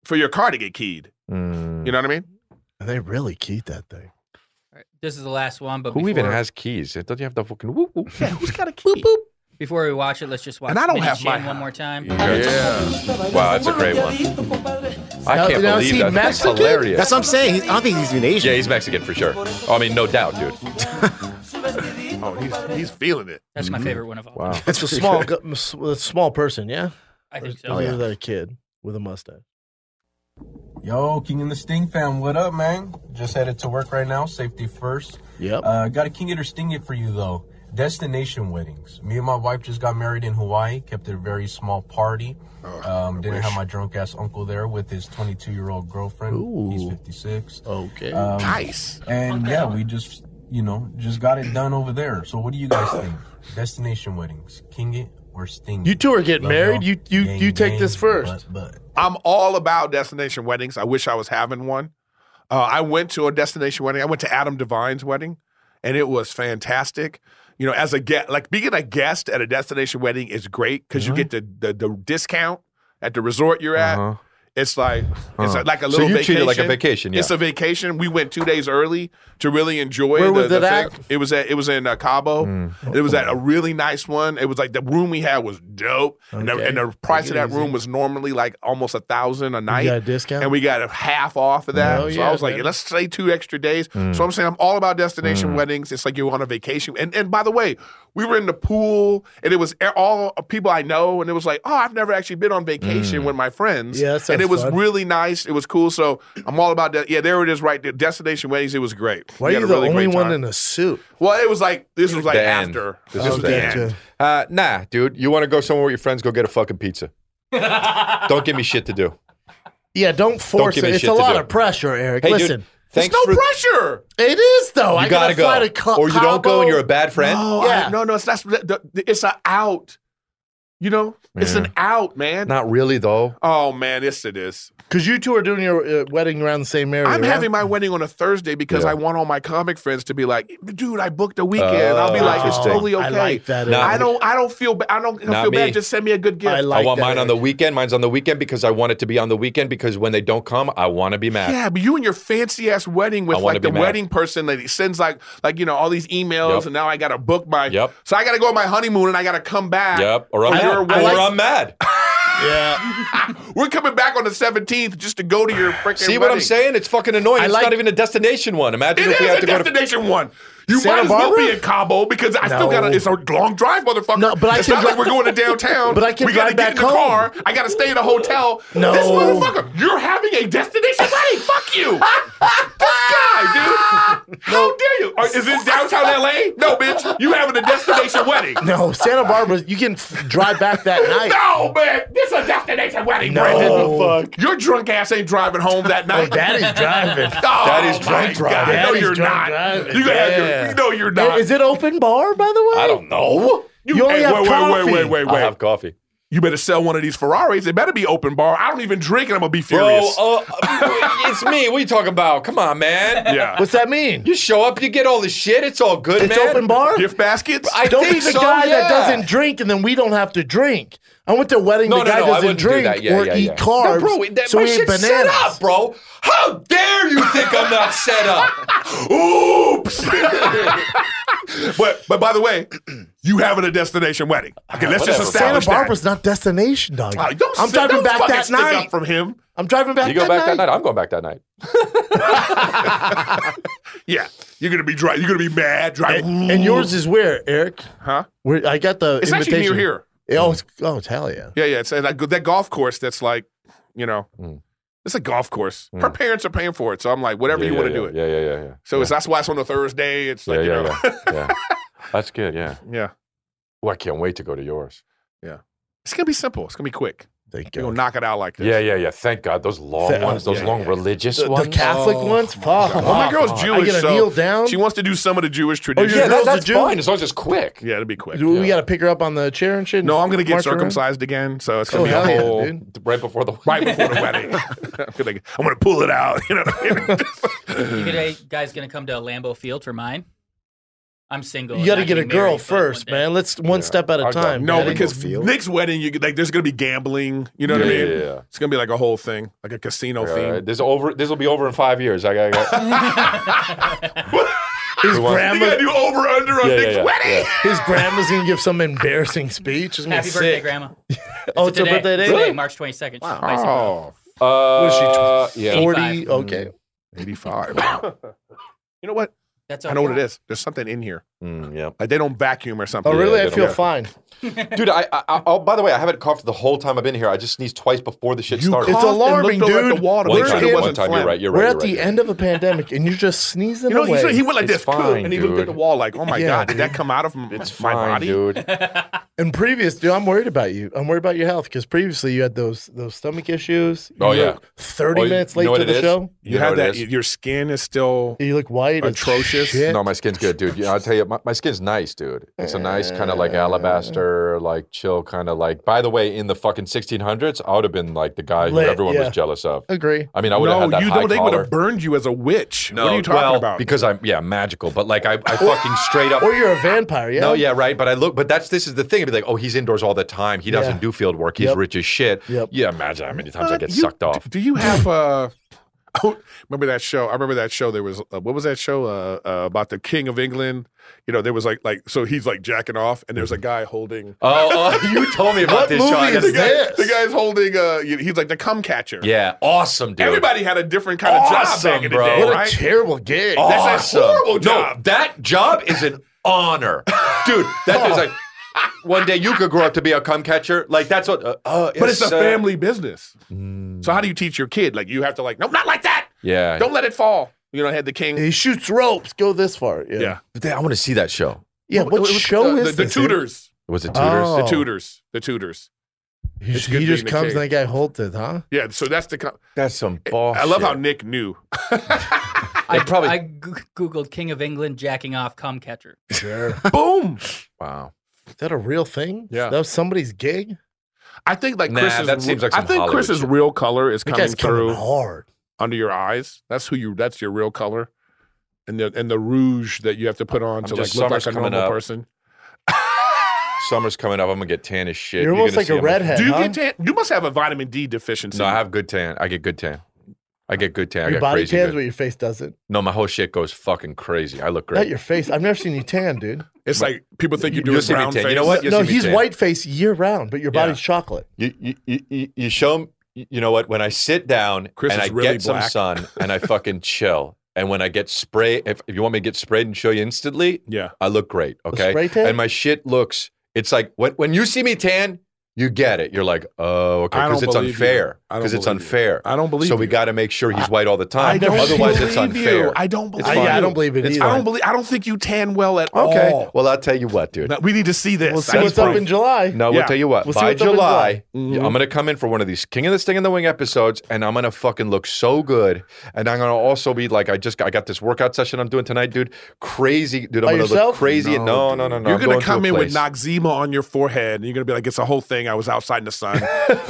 Mm. for your car to get keyed. You know what I mean? And they really keyed that thing. This is the last one, but Who before, even has keys? Don't you have the fucking whoop whoop? who's got a key? Before we watch it, let's just watch. And I don't Vinny have Chin my- one more time. Yeah. Wow, that's a great one. I Now- can't now is believe he that. That's Mexican? hilarious. That's what I'm saying. He- I don't think he's even Asian. Yeah, he's Mexican for sure. I mean, no doubt, dude. oh, he's, he's feeling it. That's Mm-hmm. my favorite one of all. Wow. It's a small, gu- m- s- a small person, yeah. I think Or so. is Oh, that a kid with a mustache? Yo, King and the Sting fam, what up, man? Just headed to work right now, safety first. Yep. Uh, got a King it or Sting it for you, though. Destination weddings. Me and my wife just got married in Hawaii, kept it a very small party. um, didn't have wish. my drunk ass uncle there with his 22 year old girlfriend. He's 56. Okay. Um, Nice. And yeah, we just, you know, just got it done over there. So, what do you guys think? Destination weddings, King it or Sting it? You two are getting Love married. y'all. You you Gang, you take gang, this first. butt, butt. I'm all about destination weddings. I wish I was having one. Uh, I went to a destination wedding. I went to Adam Devine's wedding, and it was fantastic. You know, as a guest, like being a guest at a destination wedding is great because Uh-huh. you get the, the the discount at the resort you're at. It's like it's Uh-huh. like a So little you vacation. treat it like a vacation, yeah. It's a vacation. We went two days early to really enjoy. Where the, was the it at? thing. It was at it was in uh, Cabo. Mm. Oh, It was at a really nice one. It was like the room we had was dope, and, the, Okay. and the price of Take it that room easy. was normally like almost a thousand a night. got a discount? and we got a half off of that. Hell so yeah, I was like, man. let's say two extra days. Mm. So I'm saying I'm all about destination Mm. weddings. It's like you're on a vacation, and and by the way, we were in the pool, and it was all people I know, and it was like, oh, I've never actually been on vacation Mm. with my friends. Yeah, that and sounds it was fun. really nice. It was cool. So I'm all about that. Yeah, there it is, right there. Destination weddings. It was great. Why We are had you a the really only great one time. in a suit? Well, it was like this was like The end. after. Oh, This This is was the the end. end. Uh, nah, dude. You want to go somewhere with your friends? Go get a fucking pizza. Don't give me shit to do. Yeah, don't force give me it. It's shit a to lot do. of pressure, Eric. Hey, dude, Listen, thanks no pressure. It is Oh, though. You I gotta go. fly to Ca- Or you don't go Cabo. and you're a bad friend? No, Yeah. I- no, no. It's not. the- the- It's an out. You know, it's Yeah. an out, man. Not really though. Oh man, yes it is. Because you two are doing your uh, wedding around the same area. I'm right? having my wedding on a Thursday because Yeah. I want all my comic friends to be like, "Dude, I booked a weekend." I'll be like, "It's Oh, totally okay." I like that, Eric. I don't. I don't feel. Ba- I don't, I don't Not feel me. bad. Just send me a good gift. I want mine on the weekend. Mine's on the weekend because I want it to be on the weekend because when they don't come, I want to be mad. Yeah, but you and your fancy ass wedding I with wanna like be the mad. wedding person that he sends like like you know all these emails Yep. and now I gotta book my Yep. so I gotta go on my honeymoon and I gotta come back. Yep. Or I'm for mad. your Or wedding. I'm mad. We're coming back on the seventeenth just to go to your freaking See what I'm saying? It's fucking annoying. I Oh, it's like- not even a destination one. Imagine It if we is had a to go to destination one. You Santa might as well Barbara? be in Cabo because I still No. gotta it's a long drive, motherfucker. No, but I it's can not dri- like we're going to downtown. But I can we gotta get drive back in the home. car. I gotta stay in a hotel. No. This motherfucker, you're having a destination wedding. Fuck you. this guy, dude. How dare you? Are- Is it downtown LA? No, bitch. You having a destination wedding. No, Santa Barbara. You can f- drive back that night. No, man. This is a destination wedding, No. Brandon. Fuck. Your drunk ass ain't driving home that night. Daddy's driving. Oh, Daddy's my drunk God. driving. No, Daddy's you're drunk not. driving. You gotta have your- Yeah. no, you're not. Is it open bar, by the way? I don't know. You, You only have wait, wait, coffee. wait, wait, wait, I'll wait. have coffee. You better sell one of these Ferraris. It better be open bar. I don't even drink, and I'm gonna be Bro, furious. uh, it's me. What are you talking about? Come on, man. Yeah. What's that mean? You show up, you get all the shit. It's all good, It's man. open bar? Gift baskets? I don't be think the so, guy yeah. that doesn't drink and then we don't have to drink. I went to a wedding No, the no, guy no, I doesn't wouldn't do drink that. Yeah, or yeah, eat yeah. carbs. No, bro, that, so my we ate shit's bananas. set up, bro. How dare you think I'm not set up? Oops. but but by the way, you having a destination wedding? Okay, let's just Santa establish Barbara's not destination, dog. that. Oh, don't I'm sit- driving don't back fucking that stick night. up from him. I'm driving back. you go that back that night. night. I'm going back that night. Yeah, you're gonna be dry. You're gonna be mad. Dry. And, and yours is where, Eric? Huh? Where I got the It's actually invitation. near here. Yeah, Oh, it's, oh, it's hell yeah. Yeah, yeah. It's and I, go- that golf course. That's like, you know, Mm. it's a golf course. Her parents are paying for it, so I'm like, whatever Yeah, you Mm. yeah, want to yeah, do it. Yeah, yeah, yeah, yeah. So it's that's why it's on a Thursday. It's like yeah, you know. yeah, yeah, yeah. That's good. Yeah. Yeah. Well, I can't wait to go to yours. Yeah. It's gonna be simple. It's gonna be quick. Thank you. We're gonna knock it out like this. Yeah, yeah, yeah. Thank God. Those long Thank- ones, those oh, yeah, long yeah. religious The, ones. the Catholic ones? Fuck. Well, oh, my off. girl's Jewish, Oh, I gotta so kneel down. she wants to do some of the Jewish traditions. your Yeah, that- girl's a that's Jew? fine, as long as it's quick. Yeah, it'll be quick. Do we got to pick her up on the chair and shit? and No, I'm gonna get march around? circumcised again, so it's gonna Oh, be hell yeah, a whole dude. right before the right before the wedding. I'm, gonna, I'm gonna pull it out. You know. What I mean? uh, You guys- guys gonna come to Lambeau Field for mine? I'm single. You and got to not get a getting married, girl but first, man. Let's one step at a time. No, man. because Nick's wedding, you could- like there's gonna be gambling. You know what I Yeah, mean? yeah, yeah. It's gonna be like a whole thing, like a casino All thing. right, This over. This will be over in five years. I got. His grandma- You over under on Yeah, yeah, Nick's yeah, wedding. His grandma's gonna give some embarrassing speech. It's gonna be Happy birthday, sick. Grandma. Oh, it's her birthday day? Today, Really? March 22nd. Wow. Oh. Uh, was she, tw- yeah. 40? 85. Okay. 85. you know what? That's I all know we what it got. is. There's something in here. Mm, yeah. Like they don't vacuum or something. Oh, really? Yeah, they I feel don't. fine. Dude, I, I, I oh, by the way, I haven't coughed the whole time I've been here. I just sneezed twice before the shit started. It's alarming, dude. One We're time, in- one time. You're right. You're right. We're you're at right. the end of a pandemic, and you're just sneezing You know, away. usually he went like this, fine, and he looked at the dude. wall like, "Oh my Yeah, god, did that come out of m- my body?" dude. And previous, dude, I'm worried about you. I'm worried about your health because previously you had those those stomach issues. You Oh, were yeah. thirty Oh, you minutes know late what to it the is? show. You You know had what it that- is? Your skin is still. You look white, as atrocious. shit. No, my skin's good, dude. Yeah, I'll tell you, my, my skin's nice, dude. It's a nice kind of like alabaster, like chill kind of like. By the way, in the fucking 1600s, I would have been like the guy who Lit, everyone yeah. was jealous of. Agree. I mean, I would have no, had that you high know they would collar. have burned you as a witch. No, what are you talking well, about? Because I'm yeah magical, but like I, I fucking straight up. Or you're a vampire, yeah. No, yeah, right. But I look, but that's this is the thing. It'd be like, oh, he's indoors all the time. He doesn't Yeah. do field work. He's Yep. rich as shit. Yep. Yeah, imagine how many times I Uh, get you- sucked off. Do you have uh Oh, remember that show? I remember that show. There was uh, what was that show uh, uh, about the King of England? You know, there was like like so he's like jacking off, and there's a guy holding. Oh, oh, you told me about What this show. I movie gotta- is the, guy, this? the guy's holding. Uh, you- he's like the cum catcher. Yeah, awesome, dude. Everybody had a different kind of job Awesome, back in the bro. day, What a right? terrible gig. That's a Awesome. horrible job. No, that job is an honor, dude. That is like. One day you could grow up to be a cum catcher. Like that's what. Uh, uh, but it's, a uh, family business. So how do you teach your kid? Like you have to like, no, not like that. Mm. Yeah. Don't let it fall. You know, had the king. He shoots ropes. Go this far. Yeah. Yeah. But then I want to see that show. Yeah, Well, what it was show the, is the, the this, dude? Tutors? Was it Tutors? Oh. The Tutors. The Tutors. He, It's he good just being the comes king. and the guy holds it, huh? Yeah. So that's the. co- That's some Eh, boss. I love how Oh, shit. Nick knew. I, probably- I goo- googled King of England jacking off cum catcher. Sure. Boom. Wow. Is that a real thing? Yeah. That was somebody's gig. I think like Nah, Chris's. that seems like I some think Hollywood Chris's shit. real color is That coming guy's coming through hard. under your eyes. That's who you. That's your real color, and the and the rouge that you have to put on to like just- look like summer's a coming normal up. person. Summer's coming up. I'm gonna get tan as shit. You're almost gonna like see a I'm gonna- redhead. Do you huh? get tan? You must have a vitamin D deficiency. No, I have good tan. I get good tan. I get good tan. I your get body crazy tans, good. but your face doesn't. No, my whole shit goes fucking crazy. I look Not great. your face. I've never seen you tan, dude. It's like people think you're doing You'll see me brown tan. face. You know what? You'll no, see me he's tan. white face year round, but your Yeah. body's chocolate. You you you- you, you show 'em- You know what? When I sit down Chris and I is really get some black. sun and I fucking chill. And when I get spray, if, if you want me to get sprayed and show you instantly, Yeah. I look great. Okay, spray tan? and my shit looks. It's like when when you see me tan, you get it. You're like, oh, okay, I because don't it's believe you. unfair. I don't Because it's believe you. unfair. I don't believe So we you. got to make sure he's white all the time. don't Otherwise, it's believe you. unfair. I don't believe. fine. you. I don't believe it It's- either. I don't believe. I don't think you tan well at all. Okay. Well, I'll tell you what, dude. No, we need to see this. We'll see I what's need up proof. in July. No, Yeah. we'll tell you what. We'll see by what's up in Mm-hmm. July, July. I'm gonna come in for one of these King of the Sting and the Wing episodes, and I'm gonna fucking look so good, and I'm gonna also be like, I just I got this workout session I'm doing tonight, dude. Crazy, dude. I'm By gonna yourself? look crazy. and No, dude. no, no, no. You're I'm gonna going to come a in with place. Noxzema on your forehead, and you're gonna be like, "It's a whole thing. I was outside in the sun,"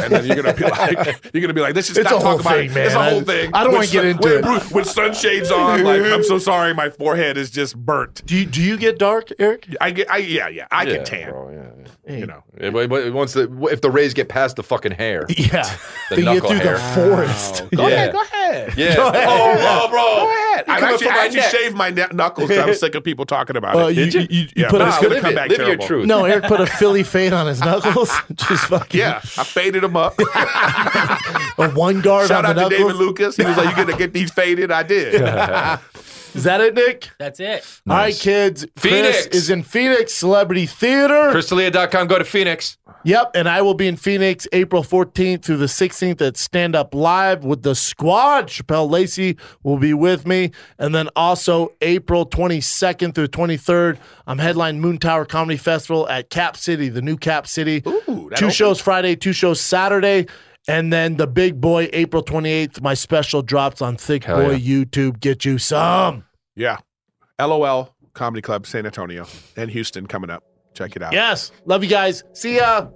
and then you're gonna be like, "You're gonna be like, let's just It's not a talk whole about thing, it. man. It's a I- whole thing." I don't wanna With get sun- into with, it. bru- With sunshades on, like, I'm so sorry, my forehead is just burnt. Do you, do you get dark, Eric? I get, I yeah, yeah, I Yeah, can tan. bro, yeah, You know, yeah. It- it- Once the if the rays get past the fucking hair, Yeah. the They get knuckle through hair. the forest. go Yeah. ahead, go ahead. Yeah. Go ahead. Oh, bro, bro. Go ahead. You're I've coming actually, for I my actually neck. shaved my na- knuckles. 'cause I'm sick of people talking about Uh, it. you, you, you Yeah, put but a- it's gonna live come it. back Live your terrible. truth. no, Eric put a Philly fade on his knuckles. just fucking Yeah, I faded them up. a one guard Shout on out the to knuckles. David Lucas. He was like, "You gonna get these faded?" I did. Is that it, Nick? That's it. All right, kids. Phoenix. Chris is in Phoenix Celebrity Theater. Crystalia.com. Go to Phoenix. Yep, and I will be in Phoenix April 14th through the 16th at Stand Up Live with the squad. Chappelle Lacey will be with me. And then also April 22nd through 23rd, I'm headline Moon Tower Comedy Festival at Cap City, the new Cap City. two shows Friday, two shows Saturday. And then the big boy, April 28th, my special drops on Thick Hell Boy yeah. YouTube. Get you some. Yeah. LOL Comedy Club San Antonio and Houston coming up. Check it out. Yes. Love you guys. See ya.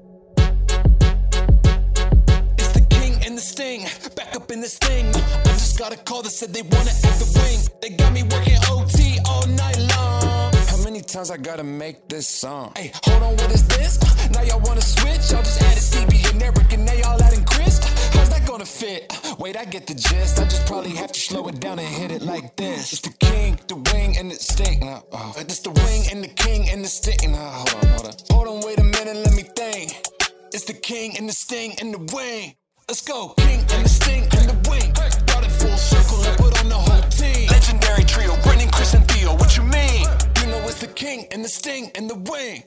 king and the sting. Back up in this thing. I just got a call that said they wanna act the wing. They got me working OT all night long. How many many times I gotta make this song. Hey, hold on, what is this? Now y'all wanna switch? Y'all just added Stevie and Eric, and now y'all adding Chris. How's that gonna fit? Wait, I get the gist. I just probably have to slow it down and hit it like this. It's the king, the wing, and the sting. Nah, oh. It's the wing and the king and the sting. Nah, hold on, hold on. Hold on, wait a minute, let me think. It's the king and the sting and the wing. Let's go, king and the sting and the wing. Brought it full circle and put on the whole team. Legendary trio, Brendan, Chris, and Theo. What you mean? You know it's the king and the sting and the wing.